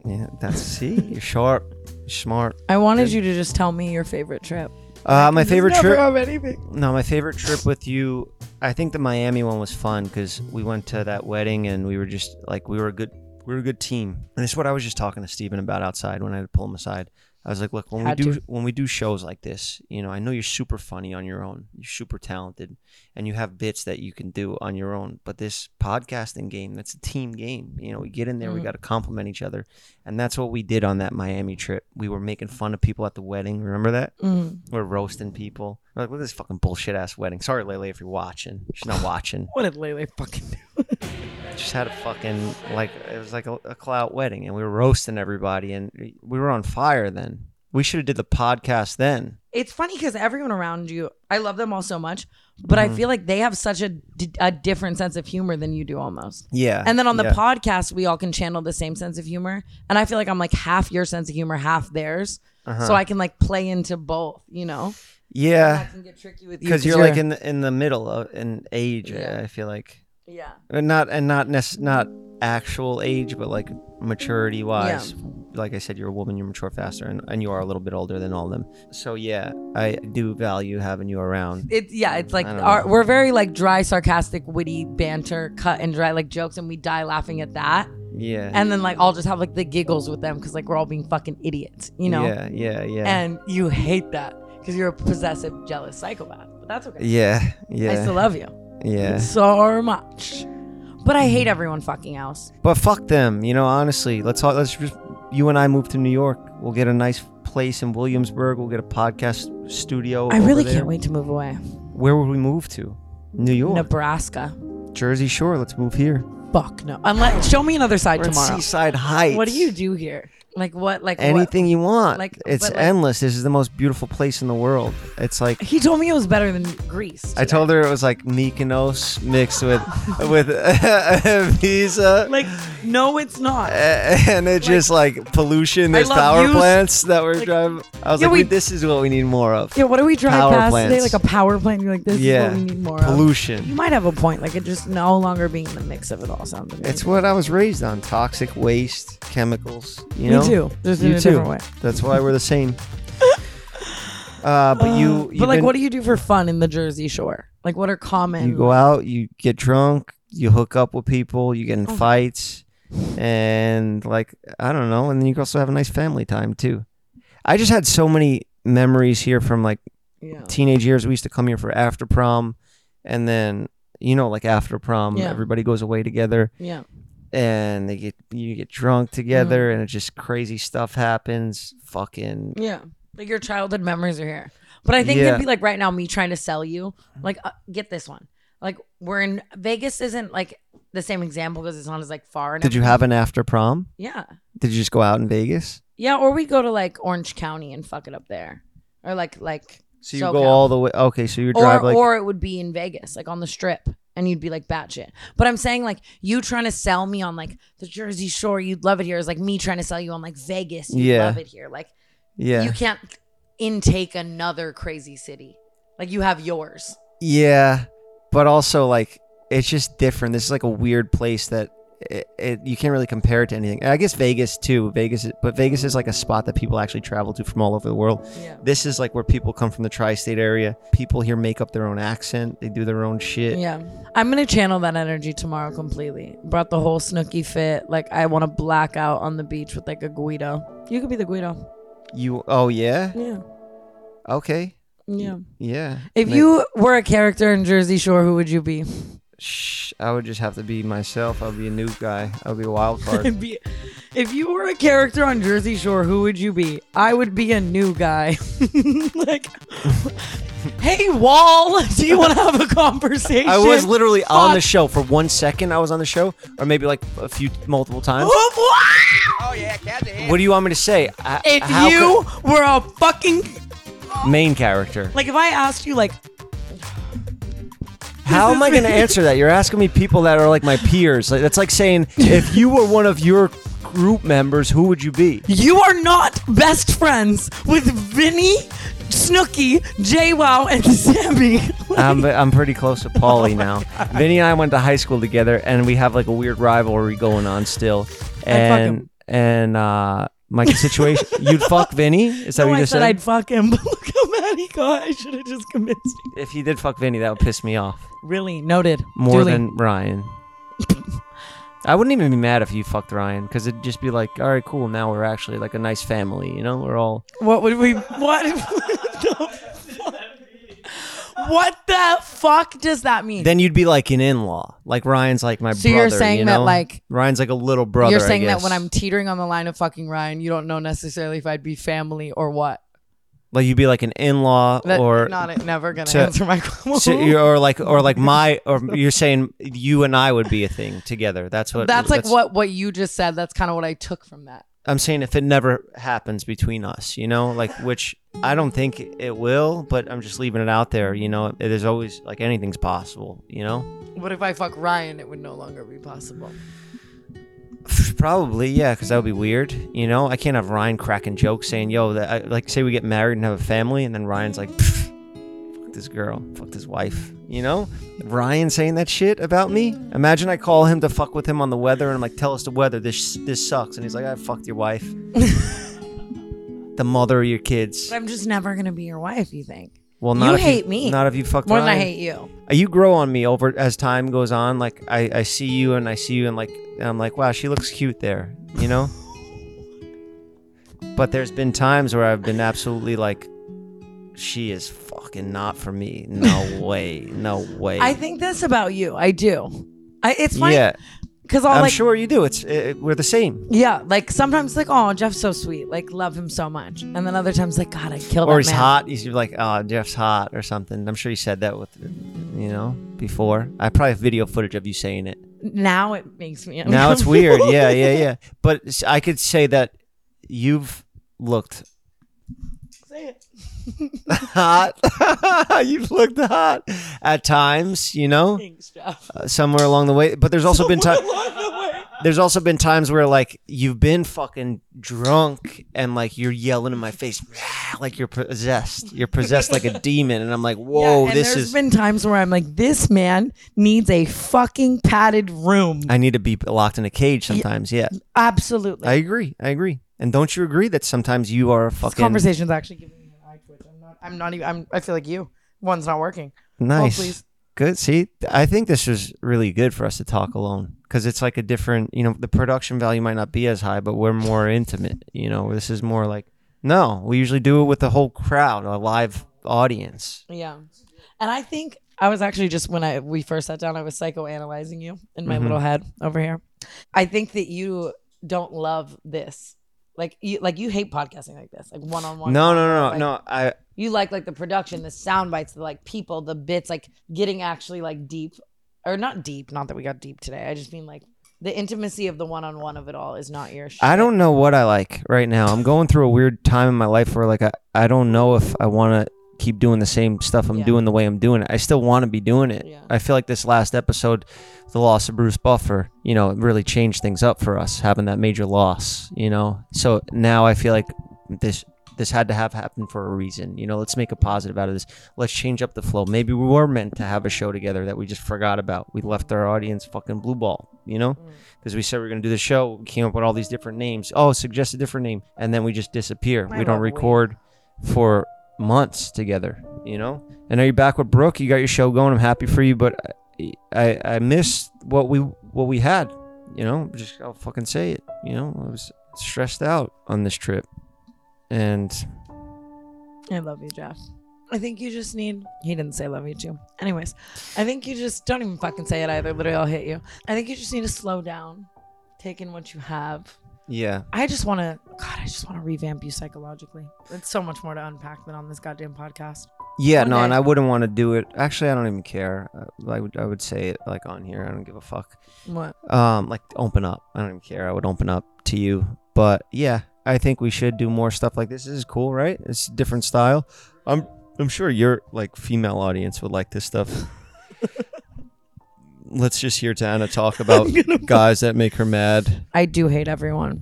[SPEAKER 1] Yeah, that's see, you're sharp, you're smart.
[SPEAKER 2] I wanted you to just tell me your favorite trip.
[SPEAKER 1] Uh, my favorite
[SPEAKER 2] Never
[SPEAKER 1] trip.
[SPEAKER 2] have anything.
[SPEAKER 1] No, my favorite trip with you. I think the Miami one was fun because we went to that wedding and we were just like we were a good we were a good team. And it's what I was just talking to Steven about outside when I had to pull him aside. I was like, look, when
[SPEAKER 5] Had
[SPEAKER 1] we do
[SPEAKER 5] to.
[SPEAKER 1] when we do shows like this, you know, I know you're super funny on your own, you're super talented, and you have bits that you can do on your own. But this podcasting game, that's a team game. You know, we get in there,
[SPEAKER 5] Mm-hmm.
[SPEAKER 1] we got to compliment each other, and that's what we did on that Miami trip. We were making fun of people at the wedding. Remember that?
[SPEAKER 2] Mm.
[SPEAKER 1] We're roasting people. We're like, look at this fucking bullshit ass wedding. Sorry, Lele, if you're watching. She's not watching.
[SPEAKER 2] What did Lele fucking do?
[SPEAKER 1] Just had a fucking, like, it was like a, a clout wedding, and we were roasting everybody, and we were on fire then. We should have did the podcast then.
[SPEAKER 2] It's funny because everyone around you, I love them all so much, but
[SPEAKER 1] Mm-hmm.
[SPEAKER 2] I feel like they have such a, d- a different sense of humor than you do almost.
[SPEAKER 1] Yeah.
[SPEAKER 2] And then on the
[SPEAKER 1] yeah.
[SPEAKER 2] podcast, we all can channel the same sense of humor. And I feel like I'm like half your sense of humor, half theirs. So I can like play into both, you know? I
[SPEAKER 1] Uh-huh. Yeah.
[SPEAKER 2] can get tricky with you.
[SPEAKER 1] Because you're, like in the, in the middle of an age,
[SPEAKER 2] Yeah.
[SPEAKER 1] I feel like.
[SPEAKER 2] Yeah.
[SPEAKER 1] And not, and not, nec- not actual age, but like maturity wise. Like I said, you're a woman, you mature faster, and, and you are a little bit older than all of them. So yeah, I do value having you around.
[SPEAKER 2] It's yeah, it's like
[SPEAKER 1] I don't
[SPEAKER 2] our,
[SPEAKER 1] know.
[SPEAKER 2] we're very like dry, sarcastic, witty banter, cut and dry like jokes, and we die laughing at that.
[SPEAKER 1] Yeah.
[SPEAKER 2] And then like I'll just have like the giggles with them because like we're all being fucking idiots, you know?
[SPEAKER 1] Yeah, yeah, yeah.
[SPEAKER 2] and you hate that because you're a possessive, jealous psychopath. But that's okay.
[SPEAKER 1] yeah, yeah.
[SPEAKER 2] I still love you
[SPEAKER 1] yeah.
[SPEAKER 2] so much, but I hate everyone fucking else.
[SPEAKER 1] But fuck them, you know, honestly. Let's all, let's just you and I move to New York. We'll get a nice place in Williamsburg. We'll get a podcast studio.
[SPEAKER 2] I
[SPEAKER 1] over
[SPEAKER 2] really
[SPEAKER 1] there.
[SPEAKER 2] can't wait to move away.
[SPEAKER 1] Where would we move to? New York.
[SPEAKER 2] Nebraska.
[SPEAKER 1] Jersey Shore. Let's move here.
[SPEAKER 2] Fuck no. Unless show me another side
[SPEAKER 1] We're in
[SPEAKER 2] tomorrow.
[SPEAKER 1] Seaside Heights.
[SPEAKER 2] What do you do here? Like what? Like
[SPEAKER 1] Anything you want.
[SPEAKER 2] Like,
[SPEAKER 1] it's
[SPEAKER 2] but like-
[SPEAKER 1] endless. This is the most beautiful place in the world. It's
[SPEAKER 2] [LAUGHS]
[SPEAKER 1] like
[SPEAKER 2] What? He told me it was better than Greece.
[SPEAKER 1] I told her it was like Mykonos mixed
[SPEAKER 2] [LAUGHS]
[SPEAKER 1] with with [LAUGHS] Visa.
[SPEAKER 2] like no, it's not.
[SPEAKER 1] A- [LAUGHS] and it's just like pollution. There's
[SPEAKER 2] love
[SPEAKER 1] power
[SPEAKER 2] views.
[SPEAKER 1] plants that we're driving. I was
[SPEAKER 2] Yeah,
[SPEAKER 1] like,
[SPEAKER 2] we-
[SPEAKER 1] "Wait, this is what we need more of.
[SPEAKER 2] yeah. What do we drive
[SPEAKER 1] Power
[SPEAKER 2] past today?
[SPEAKER 1] plants.
[SPEAKER 2] Like a power plant. You're like this
[SPEAKER 1] yeah,
[SPEAKER 2] is what we need more of. You
[SPEAKER 1] pollution.
[SPEAKER 2] might have a point. Like it just no longer being in the mix of it all sounds. amazing.
[SPEAKER 1] It's what I was raised on: toxic waste, chemicals. You
[SPEAKER 2] Me
[SPEAKER 1] know,
[SPEAKER 2] too. Just in
[SPEAKER 1] you
[SPEAKER 2] a
[SPEAKER 1] too.
[SPEAKER 2] different way.
[SPEAKER 1] That's why we're the same.
[SPEAKER 2] [LAUGHS]
[SPEAKER 1] Uh, but you,
[SPEAKER 2] But like, what do you do for fun in the Jersey Shore? Like, what are common?
[SPEAKER 1] You go out, you get drunk, you hook up with people, you
[SPEAKER 2] Oh.
[SPEAKER 1] get in fights, and like I don't know, and then you also have a nice family time too. I just had so many memories here from like
[SPEAKER 2] Yeah.
[SPEAKER 1] teenage years we used to come here for after prom and then you know like after prom
[SPEAKER 2] Yeah.
[SPEAKER 1] everybody goes away together
[SPEAKER 2] yeah.
[SPEAKER 1] and they get you get drunk
[SPEAKER 2] Mm.
[SPEAKER 1] together and it just crazy stuff happens fucking
[SPEAKER 2] Yeah. Like your childhood memories are here. But I think
[SPEAKER 1] Yeah.
[SPEAKER 2] it'd be like right now me trying to sell you, like, uh, get this one. Like, we're in Vegas, isn't like the same example because it's not as like far. And
[SPEAKER 1] did you have an after prom
[SPEAKER 2] Yeah.
[SPEAKER 1] did you just go out in vegas
[SPEAKER 2] Yeah. Or we go to like Orange County and fuck it up there, or like like.
[SPEAKER 1] so you
[SPEAKER 2] SoCal.
[SPEAKER 1] go all the way okay so you drive
[SPEAKER 2] or
[SPEAKER 1] like
[SPEAKER 2] or it would be in Vegas, like on the Strip, and you'd be like batshit. But I'm saying like you trying to sell me on like the Jersey Shore, you'd love it here, is like me trying to sell you on like Vegas, you
[SPEAKER 1] Yeah.
[SPEAKER 2] love it here. Like
[SPEAKER 1] yeah
[SPEAKER 2] you can't intake another crazy city. Like you have yours.
[SPEAKER 1] yeah but also like it's just different this is like a weird place that it, it, you can't really compare it to anything. And I guess Vegas too. Vegas, is- but Vegas is like a spot that people actually travel to from all over the world.
[SPEAKER 2] Yeah.
[SPEAKER 1] This is like where people come from the tri-state area. People here make up their own accent. They do their own shit.
[SPEAKER 2] Yeah. I'm gonna channel that energy tomorrow completely. Brought the whole snooky fit. Like I wanna black out on the beach with like a Guido. You could be the Guido.
[SPEAKER 1] You oh yeah?
[SPEAKER 2] Yeah.
[SPEAKER 1] Okay.
[SPEAKER 2] Yeah.
[SPEAKER 1] Yeah.
[SPEAKER 2] If
[SPEAKER 1] Like,
[SPEAKER 2] you were a character in Jersey Shore, who would you be?
[SPEAKER 1] shh, I would just have to be myself. I'll be a new guy. I'll be a wild
[SPEAKER 2] [LAUGHS]
[SPEAKER 1] card.
[SPEAKER 2] [LAUGHS] Be- if you were a character on Jersey Shore, who would you be? I would be a new guy. [LAUGHS] like, hey, Wall, [LAUGHS] do you want to have a conversation?
[SPEAKER 1] I was literally on the
[SPEAKER 2] Fuck.
[SPEAKER 1] show for one second. I was on the show, or maybe like a few multiple
[SPEAKER 2] [GASPS]
[SPEAKER 1] times. What do you want me to say? I-
[SPEAKER 2] If
[SPEAKER 1] how
[SPEAKER 2] you were a fucking
[SPEAKER 1] could- main character,
[SPEAKER 2] [LAUGHS] like, if I asked you, like,
[SPEAKER 1] how am I going to answer that? You're asking me people that are like my peers. Like that's like saying if you were one of your group members, who would you be?
[SPEAKER 2] you are not best friends with Vinny, Snooky, JWoww, and [LAUGHS] Sammy.
[SPEAKER 1] I'm, I'm pretty close to [LAUGHS] Paulie now. Vinny and I went to high school together, and we have like a weird rivalry going on still. And
[SPEAKER 2] him.
[SPEAKER 1] and uh, my [LAUGHS] situation, you'd fuck Vinny? Is that
[SPEAKER 2] no,
[SPEAKER 1] what
[SPEAKER 2] I
[SPEAKER 1] you just
[SPEAKER 2] said
[SPEAKER 1] said?
[SPEAKER 2] I'd fuck him, [LAUGHS] but look how mad he got. I should have just convinced you.
[SPEAKER 1] If he did fuck Vinny, that would piss me off
[SPEAKER 2] Really noted.
[SPEAKER 1] more
[SPEAKER 2] Duly.
[SPEAKER 1] than [LAUGHS] Ryan. I wouldn't even be mad if you fucked Ryan because it'd just be like, all right, cool. Now we're actually like a nice family, you know? We're all
[SPEAKER 2] What would we? What? [LAUGHS] the fuck? What the fuck does that mean?
[SPEAKER 1] then you'd be like an in-law. Like Ryan's like my
[SPEAKER 2] So
[SPEAKER 1] brother.
[SPEAKER 2] you're saying
[SPEAKER 1] you
[SPEAKER 2] that,
[SPEAKER 1] know?
[SPEAKER 2] like-
[SPEAKER 1] Ryan's like a little brother.
[SPEAKER 2] You're
[SPEAKER 1] I
[SPEAKER 2] saying that
[SPEAKER 1] guess.
[SPEAKER 2] when I'm teetering on the line of fucking Ryan, you don't know necessarily if I'd be family or what.
[SPEAKER 1] like you'd be like an in-law
[SPEAKER 2] That,
[SPEAKER 1] or
[SPEAKER 2] not never gonna
[SPEAKER 1] to-
[SPEAKER 2] answer my [LAUGHS] question.
[SPEAKER 1] So, you're- or like or like my or you're saying you and I would be a thing together. That's what
[SPEAKER 2] that's like what what you just said. That's kind of what I took from that.
[SPEAKER 1] I'm saying if it never happens between us, you know, like which I don't think it will, but I'm just leaving it out there, you know. There's always like anything's possible, you know.
[SPEAKER 2] But if I fuck Ryan, it would no longer be possible.
[SPEAKER 1] Probably, yeah, because that would be weird, you know. I can't have Ryan cracking jokes saying, "Yo, that I, like say we get married and have a family," and then Ryan's like, "Pff, "Fuck this girl, fuck this wife," you know. Ryan saying that shit about me. Imagine I call him to fuck with him on the weather, and I'm like, "Tell us the weather. This this sucks," and he's like, "I fucked your
[SPEAKER 2] [LAUGHS]
[SPEAKER 1] wife." The mother of your kids.
[SPEAKER 2] But I'm just never gonna be your wife. You think
[SPEAKER 1] Well,
[SPEAKER 2] You
[SPEAKER 1] not if
[SPEAKER 2] hate me
[SPEAKER 1] Not if you fucked
[SPEAKER 2] more than
[SPEAKER 1] Ryan.
[SPEAKER 2] I hate you?
[SPEAKER 1] You grow on me over as time goes on. Like I, I see you and I see you and like and I'm like, wow, she looks cute there. You know. but there's been times where I've been absolutely like, she is fucking not for me.
[SPEAKER 2] [LAUGHS]
[SPEAKER 1] No way. No way.
[SPEAKER 2] I think this about you. I do. I, it's funny
[SPEAKER 1] yeah,
[SPEAKER 2] because I'll
[SPEAKER 1] I'm
[SPEAKER 2] like
[SPEAKER 1] sure you do. It's it, we're the same.
[SPEAKER 2] Yeah, like sometimes like, oh, Jeff's so sweet, like love him so much, and then other times like, God, I killed.
[SPEAKER 1] Or
[SPEAKER 2] that
[SPEAKER 1] he's
[SPEAKER 2] man.
[SPEAKER 1] hot. He's like, oh, Jeff's hot or something. I'm sure you said that with, you know, before. I probably have video footage of you saying it.
[SPEAKER 2] Now it makes me.
[SPEAKER 1] now it's
[SPEAKER 2] uncomfortable. [LAUGHS]
[SPEAKER 1] weird. Yeah, yeah, yeah. But s- I could say that you've looked [LAUGHS] hot. [LAUGHS] you've looked hot at times, you know,
[SPEAKER 3] Thanks, Jeff.
[SPEAKER 1] uh, somewhere along the way. But there's also been
[SPEAKER 2] [LAUGHS]
[SPEAKER 1] times. There's also been times where like you've been fucking drunk and like you're yelling in my face, like you're possessed. You're possessed like
[SPEAKER 2] [LAUGHS]
[SPEAKER 1] a demon, and I'm like,
[SPEAKER 2] Yeah,
[SPEAKER 1] whoa,
[SPEAKER 2] and
[SPEAKER 1] this
[SPEAKER 2] there's
[SPEAKER 1] is.
[SPEAKER 2] been times where I'm like, this man needs a fucking padded room.
[SPEAKER 1] I need to be locked in a cage sometimes. Yeah,
[SPEAKER 2] Absolutely.
[SPEAKER 1] I agree. I agree. And don't you agree that sometimes you are a
[SPEAKER 2] this
[SPEAKER 1] fucking
[SPEAKER 2] conversation's actually giving me an eye twitch. I'm not. I'm not even. I'm, I feel like you. One's not working.
[SPEAKER 1] Nice.
[SPEAKER 2] Oh, please.
[SPEAKER 1] Good. See, I think this is really good for us to talk alone because it's like a different, you know, the production value might not be as high, but we're more intimate. You know, this is more like, no, we usually do it with the whole crowd, a live audience.
[SPEAKER 2] Yeah. And I think I was actually just when I we first sat down, I was psychoanalyzing you in my
[SPEAKER 1] Mm-hmm.
[SPEAKER 2] little head over here. I think that you don't love this. Like you like you hate podcasting like this, like one on one.
[SPEAKER 1] No, no, no, no. I,
[SPEAKER 2] You like like the production, the sound bites, the like people, the bits, like getting actually like deep or not deep, not that we got deep today. I just mean like the intimacy of the one on one of it all is not your shit.
[SPEAKER 1] I don't know what I like right now. I'm going through a weird time in my life where like I, I don't know if I want to keep doing the same stuff I'm
[SPEAKER 2] Yeah.
[SPEAKER 1] doing the way I'm doing it. I still want to be doing it.
[SPEAKER 2] Yeah.
[SPEAKER 1] I feel like this last episode, the loss of Bruce Buffer, you know, it really changed things up for us having that major loss, you know. So now I feel like this this had to have happened for a reason. You know, let's make a positive out of this. Let's change up the flow. Maybe we were meant to have a show together that we just forgot about. We left our audience fucking blue ball, you know?
[SPEAKER 2] Mm.
[SPEAKER 1] Because we said we are going to do the show. We came up with all these different names. Oh, suggest a different name. And then we just disappear.
[SPEAKER 2] I
[SPEAKER 1] we don't
[SPEAKER 2] love Wayne.
[SPEAKER 1] record for months together, you know? And now you're back with Brooke. You got your show going. I'm happy for you, but I, I, I miss what we what we had, you know? Just I'll fucking say it, you know? I was stressed out on this trip. and
[SPEAKER 2] I love you, Jeff. I think you just need. He didn't say love you too. Anyways, I think you just don't even fucking say it either. Literally, I'll hit you. I think you just need to slow down, take in what you have.
[SPEAKER 1] yeah,
[SPEAKER 2] I just want to. God, I just want to revamp you psychologically. It's so much more to unpack than on this goddamn podcast.
[SPEAKER 1] yeah.
[SPEAKER 2] One
[SPEAKER 1] no, and
[SPEAKER 2] day.
[SPEAKER 1] I wouldn't want to do it. Actually, I don't even care. Uh, I, I would I would say it like on here. I don't give a fuck.
[SPEAKER 2] What?
[SPEAKER 1] um like open up i don't even care i would open up to you but yeah i think we should do more stuff like this this is cool right it's a different style i'm i'm sure your like female audience would like this stuff let's just hear tana talk about guys that make her mad
[SPEAKER 2] I do hate everyone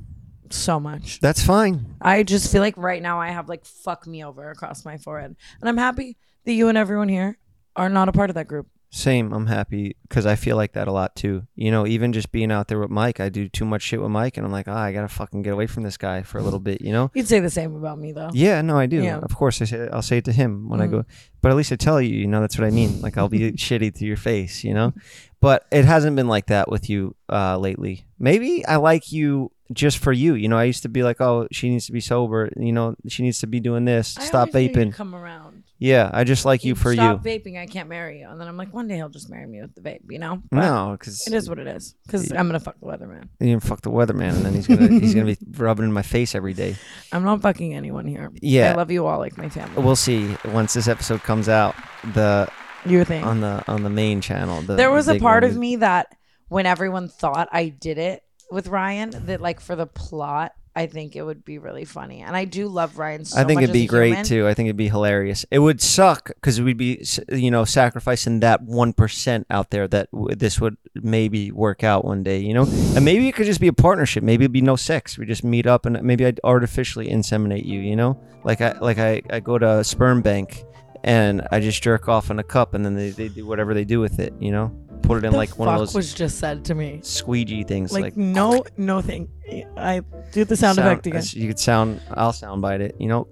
[SPEAKER 2] so much.
[SPEAKER 1] that's fine
[SPEAKER 2] I just feel like right now I have like fuck me over across my forehead, and I'm happy that you and everyone here are not a part of that group.
[SPEAKER 1] same i'm happy because i feel like that a lot too you know even just being out there with mike i do too much shit with mike and i'm like ah, i gotta fucking get away from this guy for a little bit you know
[SPEAKER 2] You'd say the same about me though.
[SPEAKER 1] Yeah, no, I do.
[SPEAKER 2] Yeah. Mm.
[SPEAKER 1] Of course, I say, I'll say it to him when I go. But at least I tell you, you know, that's what I mean. Like I'll
[SPEAKER 2] [LAUGHS]
[SPEAKER 1] be shitty to your face, you know. But it hasn't been like that with you uh, lately. Maybe I like you just for you. You know, I used to be like, oh, she needs to be sober. You know, she needs to be doing this.
[SPEAKER 2] I
[SPEAKER 1] Stop
[SPEAKER 2] always knew you'd
[SPEAKER 1] vaping.
[SPEAKER 2] Come around.
[SPEAKER 1] yeah, I just like you for
[SPEAKER 2] stop
[SPEAKER 1] you.
[SPEAKER 2] vaping, I can't marry you. And then I'm like, one day he'll just marry me with the vape, you know?
[SPEAKER 1] No, because
[SPEAKER 2] It is what it is. Because I'm gonna fuck the weatherman.
[SPEAKER 1] you didn't fuck the weatherman, and then he's gonna he's gonna
[SPEAKER 2] [LAUGHS]
[SPEAKER 1] be rubbing in my face every day.
[SPEAKER 2] I'm not fucking anyone here.
[SPEAKER 1] Yeah.
[SPEAKER 2] I love you all like my family.
[SPEAKER 1] We'll see once this episode comes out the
[SPEAKER 2] Your thing.
[SPEAKER 1] on the on the main channel. the-
[SPEAKER 2] there
[SPEAKER 1] the
[SPEAKER 2] was a
[SPEAKER 1] big
[SPEAKER 2] part
[SPEAKER 1] one.
[SPEAKER 2] of me that when everyone thought I did it with Ryan, that like for the plot, I think it would be really funny. And I do love Ryan so
[SPEAKER 1] I think
[SPEAKER 2] much
[SPEAKER 1] it'd
[SPEAKER 2] as a
[SPEAKER 1] be great
[SPEAKER 2] human.
[SPEAKER 1] too. I think it'd be hilarious. It would suck because we'd be, s- you know, sacrificing that one percent out there that w- this would maybe work out one day, you know. And maybe it could just be a partnership. Maybe it'd be no sex. We just meet up and maybe I'd artificially inseminate you, you know, like I like I, I go to a sperm bank and I just jerk off in a cup and then they, they do whatever they do with it, you know, put it in
[SPEAKER 3] The
[SPEAKER 1] like one of
[SPEAKER 3] fuck
[SPEAKER 1] those
[SPEAKER 3] was just said to me.
[SPEAKER 1] squeegee things,
[SPEAKER 3] Like,
[SPEAKER 1] like,
[SPEAKER 3] no, no thing. I do the sound, effect again.
[SPEAKER 1] You could sound. I'll soundbite it. You know,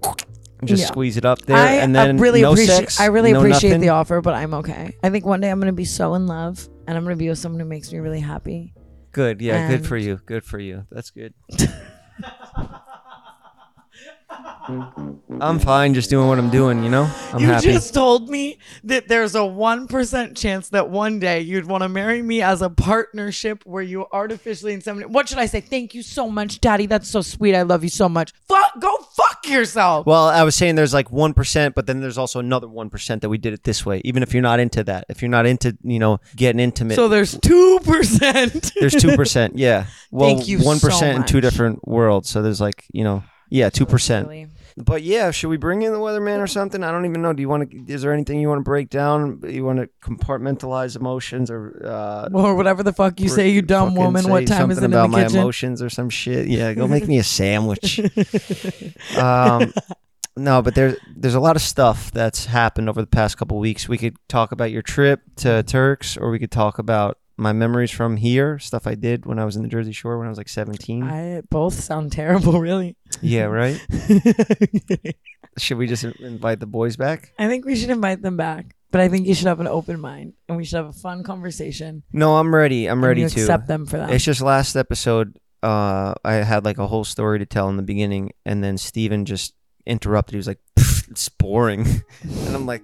[SPEAKER 1] just
[SPEAKER 2] Yeah.
[SPEAKER 1] squeeze it up there,
[SPEAKER 2] I
[SPEAKER 1] and then
[SPEAKER 2] uh, really
[SPEAKER 1] no
[SPEAKER 2] appreciate
[SPEAKER 1] sex.
[SPEAKER 2] I really
[SPEAKER 1] no
[SPEAKER 2] appreciate
[SPEAKER 1] nothing.
[SPEAKER 2] the offer, but I'm okay. I think one day I'm gonna be so in love and I'm gonna be with someone who makes me really happy.
[SPEAKER 1] Good, yeah, good for
[SPEAKER 2] and-
[SPEAKER 1] you. Good for you. That's good.
[SPEAKER 3] [LAUGHS]
[SPEAKER 1] I'm fine, just doing what I'm doing. You know, I'm
[SPEAKER 3] you
[SPEAKER 1] happy.
[SPEAKER 3] just told me that there's a 1% chance that one day you'd want to marry me as a partnership where you artificially inseminate. What should I say? Thank you so much, Daddy. That's so sweet. I love you so much. Fuck, go fuck yourself.
[SPEAKER 1] well, I was saying there's like one percent, but then there's also another one percent that we did it this way. Even if you're not into that, if you're not into, you know, getting intimate,
[SPEAKER 3] so there's 2%. [LAUGHS]
[SPEAKER 1] there's two percent. Yeah, well,
[SPEAKER 3] Thank you so
[SPEAKER 1] one percent in two
[SPEAKER 3] much.
[SPEAKER 1] different worlds. So there's like, you know, yeah, two percent.
[SPEAKER 2] Really.
[SPEAKER 1] But yeah, should we bring in the weatherman or something? I don't even know. Do you want to? Is there anything you want to break down? You want to compartmentalize emotions or uh,
[SPEAKER 3] or whatever the fuck you say, you dumb
[SPEAKER 1] fucking
[SPEAKER 3] woman.
[SPEAKER 1] say
[SPEAKER 3] What time is it
[SPEAKER 1] something
[SPEAKER 3] in
[SPEAKER 1] about
[SPEAKER 3] the
[SPEAKER 1] my
[SPEAKER 3] kitchen?
[SPEAKER 1] emotions or some shit? Yeah, go make
[SPEAKER 3] [LAUGHS]
[SPEAKER 1] me a sandwich. um, no, but there's there's a lot of stuff that's happened over the past couple weeks. We could talk about your trip to Turks, or we could talk about my memories from here, stuff I did when I was in the Jersey Shore when I was like 17.
[SPEAKER 2] I
[SPEAKER 3] Both
[SPEAKER 2] [LAUGHS]
[SPEAKER 3] sound terrible, really.
[SPEAKER 1] yeah,
[SPEAKER 3] [LAUGHS]
[SPEAKER 1] right.
[SPEAKER 3] I
[SPEAKER 1] Should we just invite the boys back?
[SPEAKER 2] I think we should invite them back, but I think you should have an open mind and we should have a fun conversation.
[SPEAKER 1] No, I'm ready. I'm ready
[SPEAKER 2] and
[SPEAKER 1] to
[SPEAKER 2] you accept them for that.
[SPEAKER 1] It's just last episode. Uh, I had like a whole story to tell in the beginning, and then Steven just interrupted. He was like, [LAUGHS] "Pfft, "It's boring," and I'm like,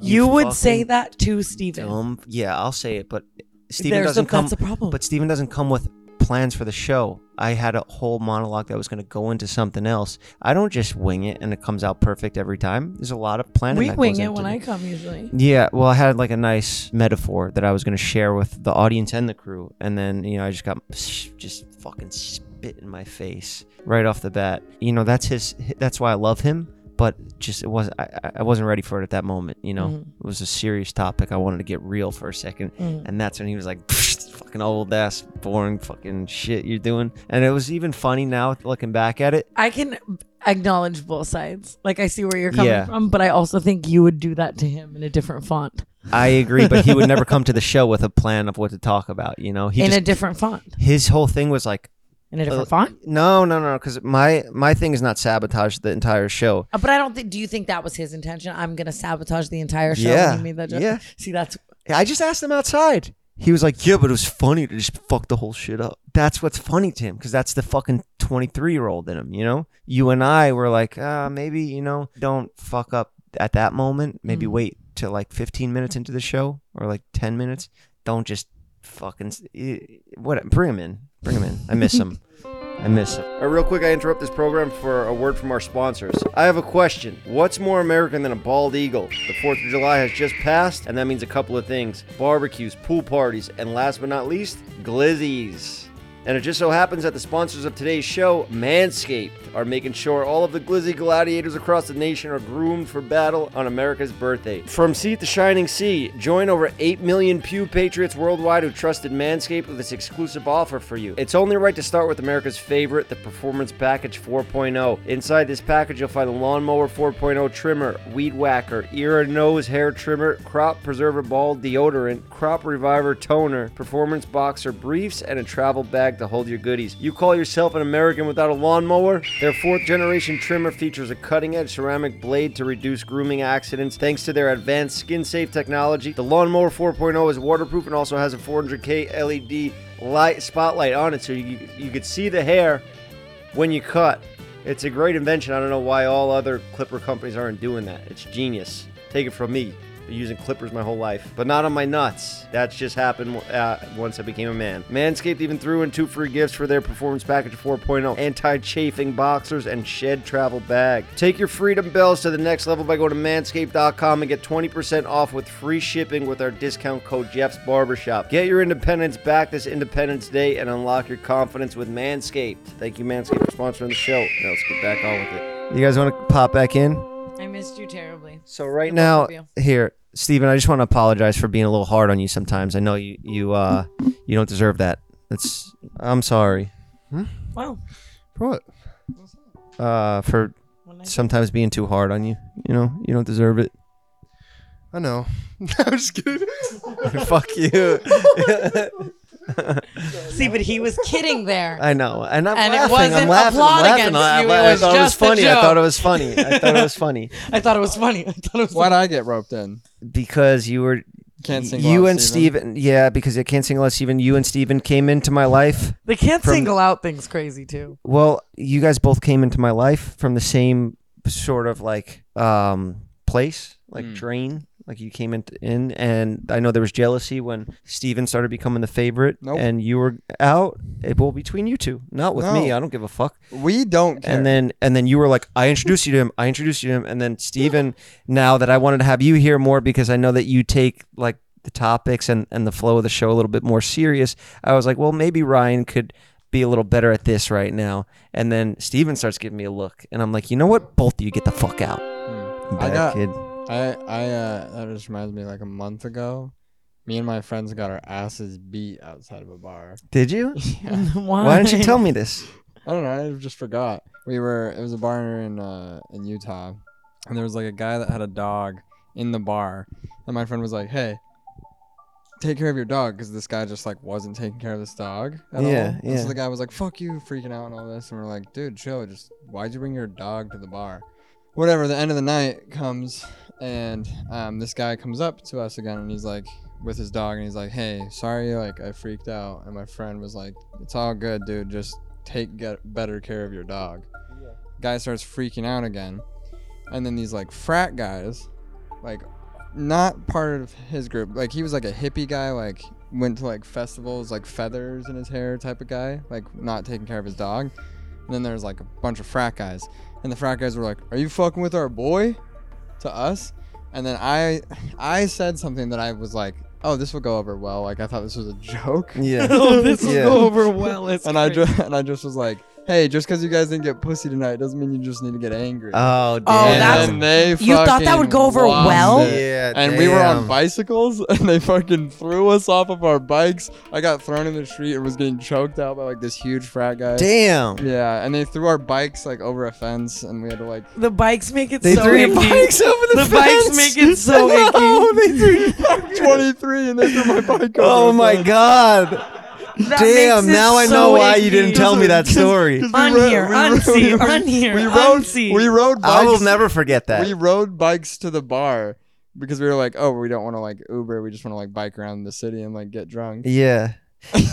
[SPEAKER 2] you would
[SPEAKER 1] fucking
[SPEAKER 2] say that to Steven.
[SPEAKER 1] dumb." Yeah, I'll say it, but Steven
[SPEAKER 2] There's
[SPEAKER 1] doesn't
[SPEAKER 2] a,
[SPEAKER 1] come.
[SPEAKER 2] that's a problem.
[SPEAKER 1] But Steven doesn't come with plans for the show. I had a whole monologue that was going to go into something else. I don't just wing it and it comes out perfect every time. There's a lot of planning.
[SPEAKER 2] we
[SPEAKER 1] that
[SPEAKER 2] wing
[SPEAKER 1] goes
[SPEAKER 2] it
[SPEAKER 1] into
[SPEAKER 2] when
[SPEAKER 1] it.
[SPEAKER 2] I come usually.
[SPEAKER 1] Yeah, well, I had like a nice metaphor that I was going to share with the audience and the crew, and then you know I just got just fucking spit in my face right off the bat. You know that's his. That's why I love him. But just it wasn't. I, I- I wasn't ready for it at that moment. You know,
[SPEAKER 2] Mm-hmm.
[SPEAKER 1] it was a serious topic. I wanted to get real for a 2nd
[SPEAKER 2] Mm.
[SPEAKER 1] and that's when he was like, "Fucking old ass, boring fucking shit you're doing." And it was even funny now looking back at it.
[SPEAKER 2] I can acknowledge both sides. Like I see where you're coming
[SPEAKER 1] Yeah.
[SPEAKER 2] from, but I also think you would do that to him in a different font.
[SPEAKER 1] I agree, but he would never come to the show with a plan of what to talk about. You know, he
[SPEAKER 2] in
[SPEAKER 1] just,
[SPEAKER 2] a different font.
[SPEAKER 1] his whole thing was like.
[SPEAKER 2] In a different
[SPEAKER 1] Uh,
[SPEAKER 2] font.
[SPEAKER 1] No, no, no, because my my thing is not sabotage the entire show.
[SPEAKER 2] Uh, But I don't think. Do you think that was his intention? I'm gonna sabotage the entire show.
[SPEAKER 1] Yeah.
[SPEAKER 2] When you made that joke?
[SPEAKER 1] Yeah.
[SPEAKER 2] See, that's
[SPEAKER 1] I just asked him outside. He was like, yeah, but it was funny to just fuck the whole shit up. That's what's funny to him because that's the fucking 23 year old in him, you know? You and I were like, uh, maybe, you know, don't fuck up at that moment. Maybe wait till like 15 minutes into the show or like 10 minutes. Don't just fucking, s- eh, what, bring him in. Bring him in. I miss him. I miss him. All right, real quick, I interrupt this program for a word from our sponsors. I have a question. What's more American than a bald eagle? The 4th of July has just passed, and that means a couple of things barbecues, pool parties, and last but not least, glizzies. And it just so happens that the sponsors of today's show, Manscaped, are making sure all of the glizzy gladiators across the nation are groomed for battle on America's birthday. From sea to shining sea, join over 8 million Pew Patriots worldwide who trusted Manscaped with this exclusive offer for you. It's only right to start with America's favorite, the Performance Package 4.0. Inside this package, you'll find a lawnmower 4.0 trimmer, weed whacker, ear and nose hair trimmer, crop preserver ball deodorant, crop reviver toner, performance boxer briefs, and a travel bag to hold your goodies. You call yourself an American without a lawnmower? Their fourth generation trimmer features a cutting edge ceramic blade to reduce grooming accidents thanks to their advanced skin safe technology. The Lawnmower 4.0 is waterproof and also has a 400K LED E light spotlight on it so you, you could see the hair when you cut. It's a great invention. I don't know why all other clipper companies aren't doing that. It's genius. Take it from me. Been using clippers my whole life, but not on my nuts. That's just happened uh, once I became a man. Manscaped even threw in two free gifts for their performance package 4.0 anti chafing boxers and shed travel bag. Take your freedom bells to the next level by going to manscaped.com and get 20% off with free shipping with our discount code Jeff's Barbershop. Get your independence back this Independence Day and unlock your confidence with Manscaped. Thank you, Manscaped, for sponsoring the show. Now let's get back on with it. You guys want to pop back in?
[SPEAKER 2] I missed you terribly.
[SPEAKER 1] So right now,
[SPEAKER 2] both of
[SPEAKER 1] here, Steven, I just want to apologize for being a little hard on you sometimes. I know you you uh you don't deserve that. That's I'm sorry. Hmm?
[SPEAKER 3] Wow.
[SPEAKER 1] For what? Uh, for
[SPEAKER 3] When I-
[SPEAKER 1] sometimes being too hard on you. You know, you don't deserve
[SPEAKER 2] [LAUGHS]
[SPEAKER 1] it.
[SPEAKER 6] I know. [LAUGHS] I'm just kidding.
[SPEAKER 1] Fuck you.
[SPEAKER 3] See, but he was
[SPEAKER 2] Kidding there.
[SPEAKER 1] I know, and I'm
[SPEAKER 2] And it
[SPEAKER 1] laughing. I'm
[SPEAKER 2] wasn't
[SPEAKER 1] laughing.
[SPEAKER 2] applaud
[SPEAKER 1] I'm laughing.
[SPEAKER 2] against
[SPEAKER 1] I,
[SPEAKER 2] you,
[SPEAKER 1] I,
[SPEAKER 2] it was
[SPEAKER 1] thought it was
[SPEAKER 2] just a
[SPEAKER 1] funny. I
[SPEAKER 2] joke.
[SPEAKER 1] thought it was funny. I thought it was
[SPEAKER 2] [LAUGHS]
[SPEAKER 1] funny
[SPEAKER 3] I thought it was funny. I thought it was
[SPEAKER 6] Why'd I get roped in?
[SPEAKER 1] because you were
[SPEAKER 6] Can't sing.
[SPEAKER 1] you
[SPEAKER 6] Loud
[SPEAKER 1] and Steven. Yeah, because I can't sing unless even you and Steven came into my life.
[SPEAKER 2] They can't
[SPEAKER 1] From-
[SPEAKER 2] single out things crazy
[SPEAKER 3] [LAUGHS]
[SPEAKER 2] too.
[SPEAKER 1] Well, you guys both came into my life from the same sort of like um place, like
[SPEAKER 6] Hmm.
[SPEAKER 1] drain. Like you came in, in, and I know there was jealousy when Steven started becoming the favorite,
[SPEAKER 6] Nope.
[SPEAKER 1] and you were out. It well between you two, not with me.
[SPEAKER 6] No.
[SPEAKER 1] I don't give a fuck.
[SPEAKER 6] We don't care.
[SPEAKER 1] And then and then you were like, I introduced you to him. I introduced you to him. And then Steven, now that I wanted to have you here more because I know that you take like the topics and, and the flow of the show a little bit more serious, I was like, well, maybe Ryan could be a little better at this right now. And then Steven starts giving me a look. And I'm like, you know what? Both of you get the fuck out. Bad
[SPEAKER 6] got-
[SPEAKER 1] kid.
[SPEAKER 6] I I uh, that just reminds me like a month ago, me and my friends got our asses beat outside of a bar.
[SPEAKER 1] Did you?
[SPEAKER 3] [LAUGHS]
[SPEAKER 6] Yeah.
[SPEAKER 3] Why?
[SPEAKER 1] Why didn't you tell me this?
[SPEAKER 6] I don't know. I just forgot. We were it was a bar in uh in Utah, and there was like a guy that had a dog in the bar, and my friend was like, "Hey, take care of your dog," because this guy just like wasn't taking care of this dog at all.
[SPEAKER 1] Yeah,
[SPEAKER 6] And
[SPEAKER 1] yeah.
[SPEAKER 6] so the guy was like, "Fuck you, freaking out and all this," and we're like, "Dude, chill. Just why'd you bring your dog to the bar?" Whatever. The end of the night comes, and um, this guy comes up to us again, and he's like. With his dog, and he's like, "Hey, sorry, like I freaked out." And my friend was like, "It's all good, dude. Just take get better care of your dog. Guy starts freaking out again. And then these like frat guys, like not part of his group. Like he was like a hippie guy, like went to like festivals, like feathers in his hair type of guy, like not taking care of his dog. And then there's like a bunch of frat guys. And the frat guys were like, Are you fucking with our boy? To us. And then I I said something that I was like, Oh, this will go over well. Like I thought this was a joke. [LAUGHS]
[SPEAKER 1] Yeah.
[SPEAKER 3] [LAUGHS] Oh, this will
[SPEAKER 1] Yeah.
[SPEAKER 3] go over well. It's
[SPEAKER 6] And I
[SPEAKER 3] great.
[SPEAKER 6] just and I just was like, hey, just because you guys didn't get pussy tonight doesn't mean you just need to get angry.
[SPEAKER 1] Oh, damn.
[SPEAKER 6] and
[SPEAKER 2] that's-
[SPEAKER 6] then they
[SPEAKER 2] you thought that would
[SPEAKER 6] fucking
[SPEAKER 2] go over
[SPEAKER 6] lost
[SPEAKER 2] well?
[SPEAKER 6] it.
[SPEAKER 1] Yeah,
[SPEAKER 6] and we were
[SPEAKER 1] damn.
[SPEAKER 6] on bicycles, [LAUGHS] and they fucking threw us off of our bikes. I got thrown in the street and was getting choked out by like this huge frat guy.
[SPEAKER 1] Damn.
[SPEAKER 6] Yeah, and they threw our bikes like over a fence, and we had to like.
[SPEAKER 3] the bikes make it
[SPEAKER 1] They
[SPEAKER 3] so
[SPEAKER 1] threw your
[SPEAKER 3] icky. [LAUGHS]
[SPEAKER 1] bikes over the,
[SPEAKER 3] The bikes
[SPEAKER 1] fence.
[SPEAKER 3] make it
[SPEAKER 6] [LAUGHS]
[SPEAKER 3] so
[SPEAKER 1] I know,
[SPEAKER 3] icky.
[SPEAKER 1] they threw-
[SPEAKER 6] 23, and they threw my bike. Over
[SPEAKER 1] Oh
[SPEAKER 6] a
[SPEAKER 1] my
[SPEAKER 6] fence.
[SPEAKER 1] god. Damn,
[SPEAKER 3] makes it
[SPEAKER 1] now I
[SPEAKER 3] so
[SPEAKER 1] know why you
[SPEAKER 3] icky.
[SPEAKER 1] didn't tell
[SPEAKER 3] [LAUGHS]
[SPEAKER 1] me that story.
[SPEAKER 3] On
[SPEAKER 6] We ro-
[SPEAKER 3] here,
[SPEAKER 6] we
[SPEAKER 3] on
[SPEAKER 6] rode-
[SPEAKER 3] see,
[SPEAKER 6] [LAUGHS] we-
[SPEAKER 3] on here,
[SPEAKER 6] We
[SPEAKER 3] on
[SPEAKER 6] rode.
[SPEAKER 3] see.
[SPEAKER 6] [LAUGHS] We rode. Bikes
[SPEAKER 1] I will never forget that.
[SPEAKER 6] We rode bikes to the bar because we were like, oh, we don't want to like Uber. We just want to like bike around the city and like get drunk. [LAUGHS]
[SPEAKER 1] Yeah.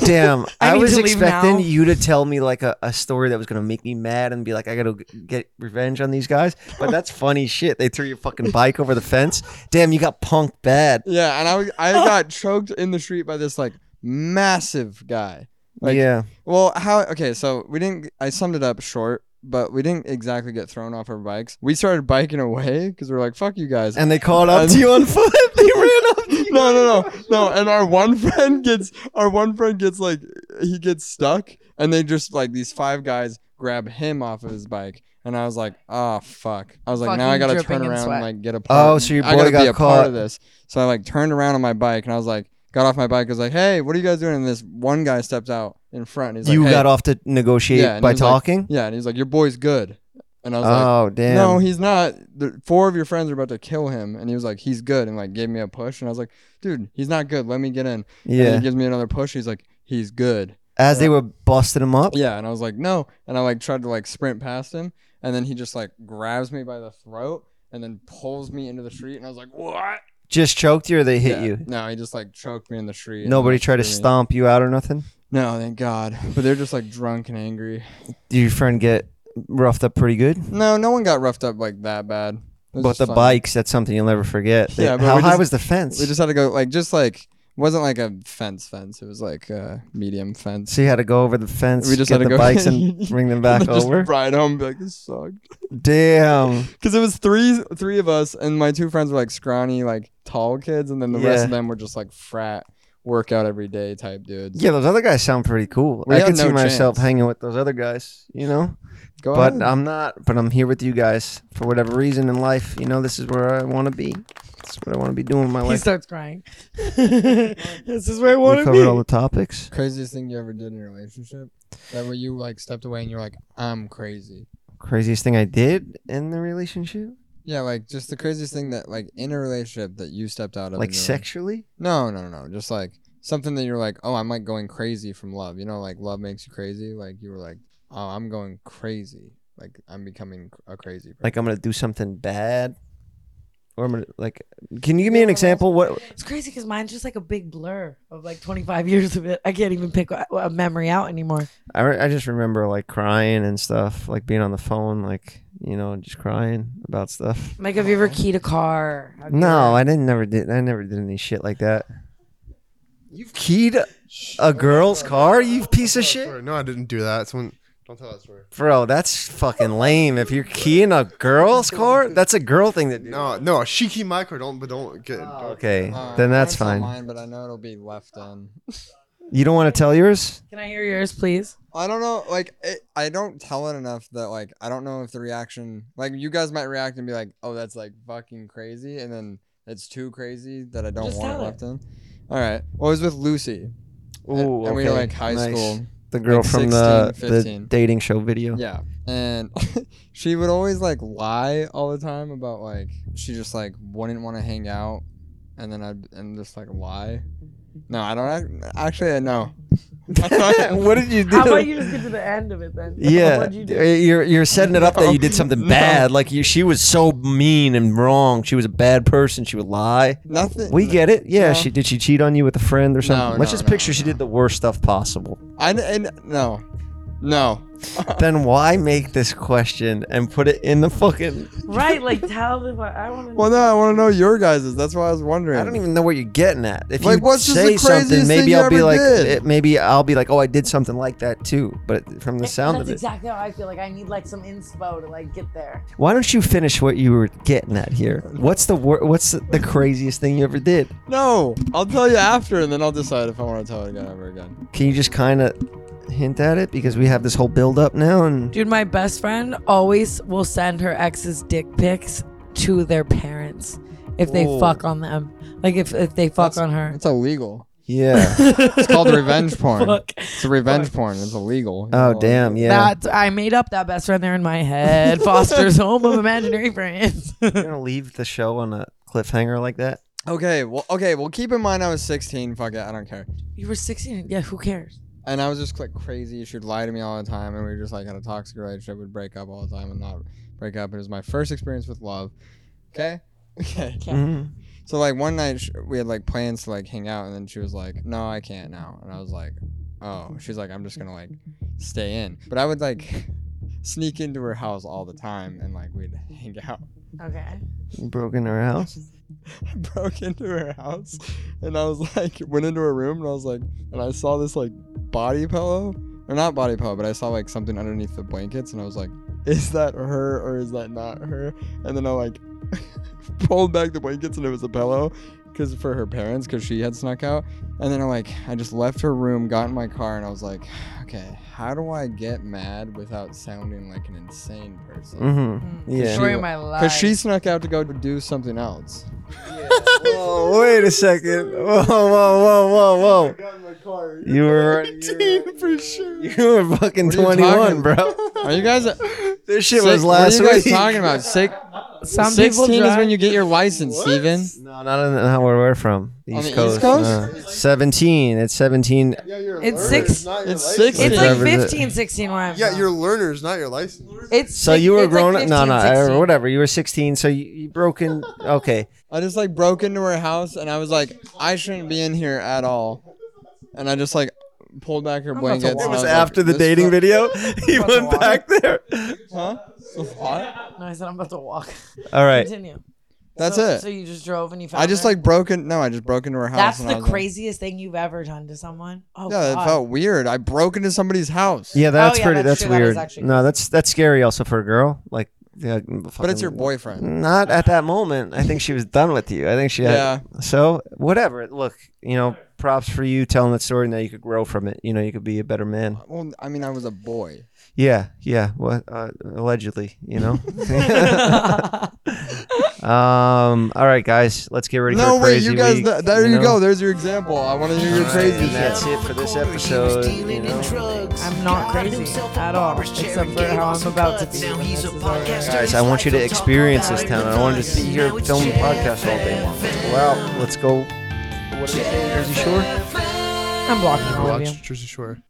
[SPEAKER 1] Damn,
[SPEAKER 2] I
[SPEAKER 1] I,
[SPEAKER 2] need
[SPEAKER 1] was
[SPEAKER 2] to leave
[SPEAKER 1] expecting
[SPEAKER 2] now.
[SPEAKER 1] you to tell me like a, a story that was gonna make me mad and be like, I gotta g- get revenge on these guys.
[SPEAKER 6] [LAUGHS]
[SPEAKER 1] But that's funny shit. They threw your fucking bike over the fence. Damn, you got punked bad.
[SPEAKER 6] Yeah, and I was-
[SPEAKER 1] [LAUGHS]
[SPEAKER 6] I got choked in the street by this like massive guy. Like,
[SPEAKER 1] yeah,
[SPEAKER 6] Well, how? Okay, so we didn't. I summed it up short, but we didn't exactly get thrown off our bikes. We started biking away because we are like, "Fuck you guys."
[SPEAKER 1] and they called up
[SPEAKER 6] and-
[SPEAKER 1] to you on foot. [LAUGHS]
[SPEAKER 6] [LAUGHS]
[SPEAKER 1] they ran up. To you.
[SPEAKER 6] no, no, no, no. And our one friend gets, our one friend gets like, he gets stuck, and they just like these five guys grab him off of his bike, and I was like, ah, fuck. I was like, now
[SPEAKER 2] Fucking
[SPEAKER 6] I gotta
[SPEAKER 2] dripping
[SPEAKER 6] turn
[SPEAKER 2] in
[SPEAKER 6] around
[SPEAKER 2] sweat.
[SPEAKER 6] and like get a part.
[SPEAKER 1] Oh, so your
[SPEAKER 6] I
[SPEAKER 1] boy
[SPEAKER 6] gotta
[SPEAKER 1] got
[SPEAKER 6] be a part
[SPEAKER 1] caught.
[SPEAKER 6] of this. So I like turned around on my bike, and I was like, got off my bike. I was like, hey, what are you guys doing? And this one guy steps out in front. And he's
[SPEAKER 1] you
[SPEAKER 6] like,
[SPEAKER 1] got
[SPEAKER 6] hey.
[SPEAKER 1] off to negotiate
[SPEAKER 6] Yeah, and he
[SPEAKER 1] by
[SPEAKER 6] was like-
[SPEAKER 1] talking.
[SPEAKER 6] Yeah, and he's like, your boy's good, and I was like.
[SPEAKER 1] oh damn.
[SPEAKER 6] No, he's not. The, four of your friends are about to kill him, and he was like, "He's good," and like gave me a push, and I was like, "Dude, he's not good. Let me get in." And
[SPEAKER 1] yeah.
[SPEAKER 6] he gives me another push. He's like, he's good.
[SPEAKER 1] As they were busting him up.
[SPEAKER 6] Yeah. And I was like, no. And I like tried to like sprint past him. And then he just like grabs me by the throat and then pulls me into the street. And I was like, what?
[SPEAKER 1] Just choked you, or they hit
[SPEAKER 6] Yeah.
[SPEAKER 1] you.
[SPEAKER 6] No, he just like choked me in the street. and,
[SPEAKER 1] Nobody
[SPEAKER 6] like,
[SPEAKER 1] tried to
[SPEAKER 6] threw me.
[SPEAKER 1] stomp you out or nothing.
[SPEAKER 6] No, thank God. But they're just like drunk and angry.
[SPEAKER 1] Did your friend get roughed up pretty good?
[SPEAKER 6] No, no one got roughed up like that bad. It was
[SPEAKER 1] But
[SPEAKER 6] just
[SPEAKER 1] the
[SPEAKER 6] fun.
[SPEAKER 1] bikes, that's something you'll never forget. They-
[SPEAKER 6] Yeah, but
[SPEAKER 1] How
[SPEAKER 6] we
[SPEAKER 1] high
[SPEAKER 6] just-
[SPEAKER 1] was the fence?
[SPEAKER 6] We just had to go like just like wasn't like a fence fence. It was like a medium fence. [LAUGHS]
[SPEAKER 1] So you had to go over the fence,
[SPEAKER 6] We just
[SPEAKER 1] get the
[SPEAKER 6] had to go-
[SPEAKER 1] bikes
[SPEAKER 6] [LAUGHS]
[SPEAKER 1] and bring them back
[SPEAKER 6] just
[SPEAKER 1] over.
[SPEAKER 6] ride home, and be like this sucked.
[SPEAKER 1] Damn.
[SPEAKER 6] Because it was three three of us, and my two friends were like scrawny, like tall kids, and then the
[SPEAKER 1] Yeah.
[SPEAKER 6] rest of them were just like frat, workout every day type dudes.
[SPEAKER 1] Yeah, those other guys sound pretty cool.
[SPEAKER 6] We
[SPEAKER 1] I
[SPEAKER 6] had
[SPEAKER 1] can see
[SPEAKER 6] no
[SPEAKER 1] myself
[SPEAKER 6] chance.
[SPEAKER 1] hanging with those other guys, you know?
[SPEAKER 6] Go
[SPEAKER 1] But um,
[SPEAKER 6] ahead.
[SPEAKER 1] I'm not, but I'm here with you guys for whatever reason in life. You know, this is where I want to be. This is what I want to be doing in my
[SPEAKER 3] [LAUGHS] He
[SPEAKER 1] life.
[SPEAKER 3] starts crying. this is where I
[SPEAKER 1] We
[SPEAKER 3] want to
[SPEAKER 1] covered
[SPEAKER 3] be.
[SPEAKER 1] all the topics.
[SPEAKER 6] craziest thing you ever did in a relationship that where you like stepped away and you're like, I'm crazy.
[SPEAKER 1] Craziest thing I did in the relationship?
[SPEAKER 6] Yeah, like just the craziest thing that like in a relationship that you stepped out of.
[SPEAKER 1] Like
[SPEAKER 6] and you're
[SPEAKER 1] sexually?
[SPEAKER 6] No, no, no, no. Just like something that you're like, oh, I'm like going crazy from love. You know, like love makes you crazy. Like you were like, oh, I'm going crazy. Like I'm becoming a crazy. Person.
[SPEAKER 1] Like I'm going to do something bad? Or I'm going to, like, can you give me an example? What?
[SPEAKER 3] It's crazy because mine's just like a big blur of like 25 years of it. I can't even pick a, a memory out anymore.
[SPEAKER 1] I, re- I just remember like crying and stuff, like being on the phone, like you know, just crying about stuff.
[SPEAKER 3] Like, have you ever keyed a car? Have you
[SPEAKER 1] No,
[SPEAKER 3] ever-
[SPEAKER 1] I didn't never did I never did any shit like that. You've keyed a girl's car, you piece of shit,
[SPEAKER 7] Sorry, no, I didn't do that. Someone, don't tell that story.
[SPEAKER 1] bro. That's fucking lame. If you're keying a girl's car, that's a girl thing to do.
[SPEAKER 7] No, uh, no, she key my car. Don't, but don't Oh, get. don't-
[SPEAKER 1] Okay,
[SPEAKER 6] Uh,
[SPEAKER 1] then that's
[SPEAKER 6] it's not
[SPEAKER 1] fine.
[SPEAKER 6] Mine, but I know it'll be left in.
[SPEAKER 1] You don't want to tell yours?
[SPEAKER 3] Can I hear yours, please?
[SPEAKER 6] [LAUGHS] I don't know. Like it, I don't tell it enough that like I don't know if the reaction like you guys might react and be like, oh, that's like fucking crazy, and then it's too crazy that I don't
[SPEAKER 3] Just
[SPEAKER 6] want it
[SPEAKER 3] tell her.
[SPEAKER 6] left in. All right. Well, it was with Lucy,
[SPEAKER 1] Ooh,
[SPEAKER 6] and, and we
[SPEAKER 1] okay,
[SPEAKER 6] were like high
[SPEAKER 1] nice.
[SPEAKER 6] school.
[SPEAKER 1] The girl
[SPEAKER 6] like,
[SPEAKER 1] from the,
[SPEAKER 6] 16,
[SPEAKER 1] the
[SPEAKER 6] 15.
[SPEAKER 1] dating show video.
[SPEAKER 6] Yeah. And [LAUGHS] she would always like lie all the time about like she just like wouldn't want to hang out and then I'd and just like lie. No, I don't ac- actually I know. [LAUGHS]
[SPEAKER 1] what did you do?
[SPEAKER 3] How about you just get to the end of
[SPEAKER 1] [LAUGHS]
[SPEAKER 3] it then?
[SPEAKER 1] Yeah,
[SPEAKER 3] What'd you do?
[SPEAKER 1] you are you're setting it up that you [LAUGHS] did something
[SPEAKER 6] No.
[SPEAKER 1] bad. Like you, she was so mean and wrong. She was a bad person. She would lie.
[SPEAKER 6] Nothing.
[SPEAKER 1] We get it. Yeah,
[SPEAKER 6] No.
[SPEAKER 1] she did. She cheat on you with a friend or something.
[SPEAKER 6] No,
[SPEAKER 1] Let's
[SPEAKER 6] no,
[SPEAKER 1] just
[SPEAKER 6] no,
[SPEAKER 1] picture she did the worst stuff possible.
[SPEAKER 6] I and, no. No.
[SPEAKER 1] then why make this question and put it in the fucking?
[SPEAKER 3] Right, like tell them what I want to
[SPEAKER 6] Well, no, I want to know your guys's. That's why I was wondering.
[SPEAKER 1] I don't even know what you're getting at. If
[SPEAKER 6] Like,
[SPEAKER 1] you
[SPEAKER 6] what's just the
[SPEAKER 1] say something,
[SPEAKER 6] craziest thing
[SPEAKER 1] maybe
[SPEAKER 6] you
[SPEAKER 1] I'll be
[SPEAKER 6] ever
[SPEAKER 1] like,
[SPEAKER 6] did?
[SPEAKER 1] it, maybe I'll be like, oh, I did something like that too. But from the sound
[SPEAKER 3] That's
[SPEAKER 1] of it,
[SPEAKER 3] exactly how I feel. Like I need like some inspo to like get there.
[SPEAKER 1] why don't you finish what you were getting at here? What's the wor- What's the, the craziest thing you ever did?
[SPEAKER 6] No, I'll tell you after, and then I'll decide if I want to tell it again ever again.
[SPEAKER 1] Can you just kind of hint at it because we have this whole build up now and
[SPEAKER 2] Dude, my best friend always will send her ex's dick pics to their parents if they
[SPEAKER 1] Whoa.
[SPEAKER 2] fuck on them. Like if, if they fuck
[SPEAKER 6] That's-
[SPEAKER 2] on her.
[SPEAKER 6] It's illegal.
[SPEAKER 1] yeah.
[SPEAKER 6] It's [LAUGHS] called revenge porn.
[SPEAKER 2] Fuck.
[SPEAKER 6] It's a revenge porn. It's illegal.
[SPEAKER 1] oh
[SPEAKER 6] Well,
[SPEAKER 1] damn, yeah.
[SPEAKER 2] That I made up that best friend there in my head. Foster's home of imaginary friends.
[SPEAKER 1] You're gonna leave the show on a cliffhanger like that.
[SPEAKER 6] Okay, well, okay, well, keep in mind I was 16. Fuck it, I don't care.
[SPEAKER 2] you were 16. Yeah, who cares?
[SPEAKER 6] And I was just like crazy. She'd lie to me all the time, and we were just like had a toxic relationship. We'd break up all the time and not break up. It was my first experience with love. [LAUGHS] Okay. Okay.
[SPEAKER 1] Mhm.
[SPEAKER 6] So like one night sh- we had like plans to like hang out, and then she was like, "No, I can't now," and I was like, "Oh." She's like, "I'm just gonna like stay in," but I would like [LAUGHS] sneak into her house all the time, and like we'd [LAUGHS] hang out.
[SPEAKER 2] Okay.
[SPEAKER 1] You broke into her house.
[SPEAKER 6] I [LAUGHS] broke into her house and I was like, went into her room and I was like, and I saw this like body pillow, or not body pillow, but I saw like something underneath the blankets and I was like, is that her or is that not her? And then I like [LAUGHS] pulled back the blankets and it was a pillow because for her parents because she had snuck out. And then I like, I just left her room, got in my car, and I was like, okay, how do I get mad without sounding like an insane person?
[SPEAKER 1] Mm-hmm. Yeah.
[SPEAKER 2] Story of my life.
[SPEAKER 6] Because she snuck out to go to do something else.
[SPEAKER 1] Whoa, wait a second. Whoa, whoa, whoa, whoa, whoa.
[SPEAKER 7] got in my car.
[SPEAKER 1] You were you were,
[SPEAKER 7] for sure.
[SPEAKER 1] you were fucking
[SPEAKER 6] What are you
[SPEAKER 1] 21,
[SPEAKER 6] talking
[SPEAKER 1] bro.
[SPEAKER 6] [LAUGHS] Are you guys?
[SPEAKER 1] This shit
[SPEAKER 6] Sick-
[SPEAKER 1] was last
[SPEAKER 6] what are you guys
[SPEAKER 1] week.
[SPEAKER 6] talking about? Sick,
[SPEAKER 2] Some people
[SPEAKER 6] 16 is
[SPEAKER 2] drive-
[SPEAKER 6] when you get your license, Steven.
[SPEAKER 1] [LAUGHS] No, not in not where we're from.
[SPEAKER 6] On
[SPEAKER 1] East
[SPEAKER 6] the
[SPEAKER 1] Coast.
[SPEAKER 6] East Coast?
[SPEAKER 1] Uh, 17. It's 17.
[SPEAKER 7] Yeah, you're a
[SPEAKER 2] It's
[SPEAKER 7] learner,
[SPEAKER 2] six-
[SPEAKER 7] not your
[SPEAKER 6] it's
[SPEAKER 7] license.
[SPEAKER 6] six-
[SPEAKER 2] It's like
[SPEAKER 1] Whatever the-
[SPEAKER 2] 15, 16 where I'm
[SPEAKER 7] Yeah,
[SPEAKER 2] from.
[SPEAKER 7] you're learners, not your license.
[SPEAKER 2] It's
[SPEAKER 1] So
[SPEAKER 2] six-
[SPEAKER 1] you were
[SPEAKER 2] it's like
[SPEAKER 1] grown up. No,
[SPEAKER 2] 15,
[SPEAKER 1] no,
[SPEAKER 2] 16.
[SPEAKER 1] or whatever. You were 16, so you, you broke in. Okay.
[SPEAKER 6] I just like broke into her house and I was like, I shouldn't be in here at all. And I just like pulled back her blanket.
[SPEAKER 1] [LAUGHS] It was after the dating
[SPEAKER 6] [LAUGHS]
[SPEAKER 1] video. [LAUGHS] He went back there.
[SPEAKER 6] Huh? What?
[SPEAKER 2] No, I said I'm about to walk.
[SPEAKER 1] [LAUGHS] All right.
[SPEAKER 2] Continue.
[SPEAKER 6] That's
[SPEAKER 2] so, So
[SPEAKER 6] it.
[SPEAKER 2] you just drove and you found
[SPEAKER 6] I just
[SPEAKER 2] her?
[SPEAKER 6] like broke in. No, I just broke into her house.
[SPEAKER 2] That's
[SPEAKER 6] and I
[SPEAKER 2] the
[SPEAKER 6] was like-
[SPEAKER 2] craziest thing you've ever done to someone. Oh
[SPEAKER 6] Yeah, it
[SPEAKER 2] God.
[SPEAKER 6] felt weird. I broke into somebody's house.
[SPEAKER 1] Yeah, that's
[SPEAKER 2] Oh, yeah,
[SPEAKER 1] pretty.
[SPEAKER 2] that's
[SPEAKER 1] That's,
[SPEAKER 2] true. That is
[SPEAKER 1] weird.
[SPEAKER 2] actually
[SPEAKER 1] no, that's that's scary also for a girl. Like, yeah, mm,
[SPEAKER 6] But it's your
[SPEAKER 1] fucking-
[SPEAKER 6] boyfriend.
[SPEAKER 1] Not at that moment. I think she was done with you. I think she had.
[SPEAKER 6] Yeah.
[SPEAKER 1] So whatever. Look, you know, props for you telling that story. Now you could grow from it. You know, you could be a better man.
[SPEAKER 6] Well, I mean, I was a boy.
[SPEAKER 1] Yeah, yeah. What uh, allegedly, you know. um. All right, guys. Let's get ready
[SPEAKER 6] No,
[SPEAKER 1] for a
[SPEAKER 6] wait,
[SPEAKER 1] crazy
[SPEAKER 6] you guys.
[SPEAKER 1] week,
[SPEAKER 6] th- there you
[SPEAKER 1] know?
[SPEAKER 6] go. There's your example. I want to hear your
[SPEAKER 1] All right,
[SPEAKER 6] crazy
[SPEAKER 1] and
[SPEAKER 6] shit.
[SPEAKER 1] that's it for this episode. You know.
[SPEAKER 4] I'm
[SPEAKER 2] I'm not crazy at all, except for how I'm about to be, and this is already-
[SPEAKER 1] Guys, I want you to experience this town. I don't want to just be here filming podcasts all day long. Well, let's go. What do we say, Jersey Shore?
[SPEAKER 2] I'm blocking all of you.
[SPEAKER 7] Watch Jersey Shore.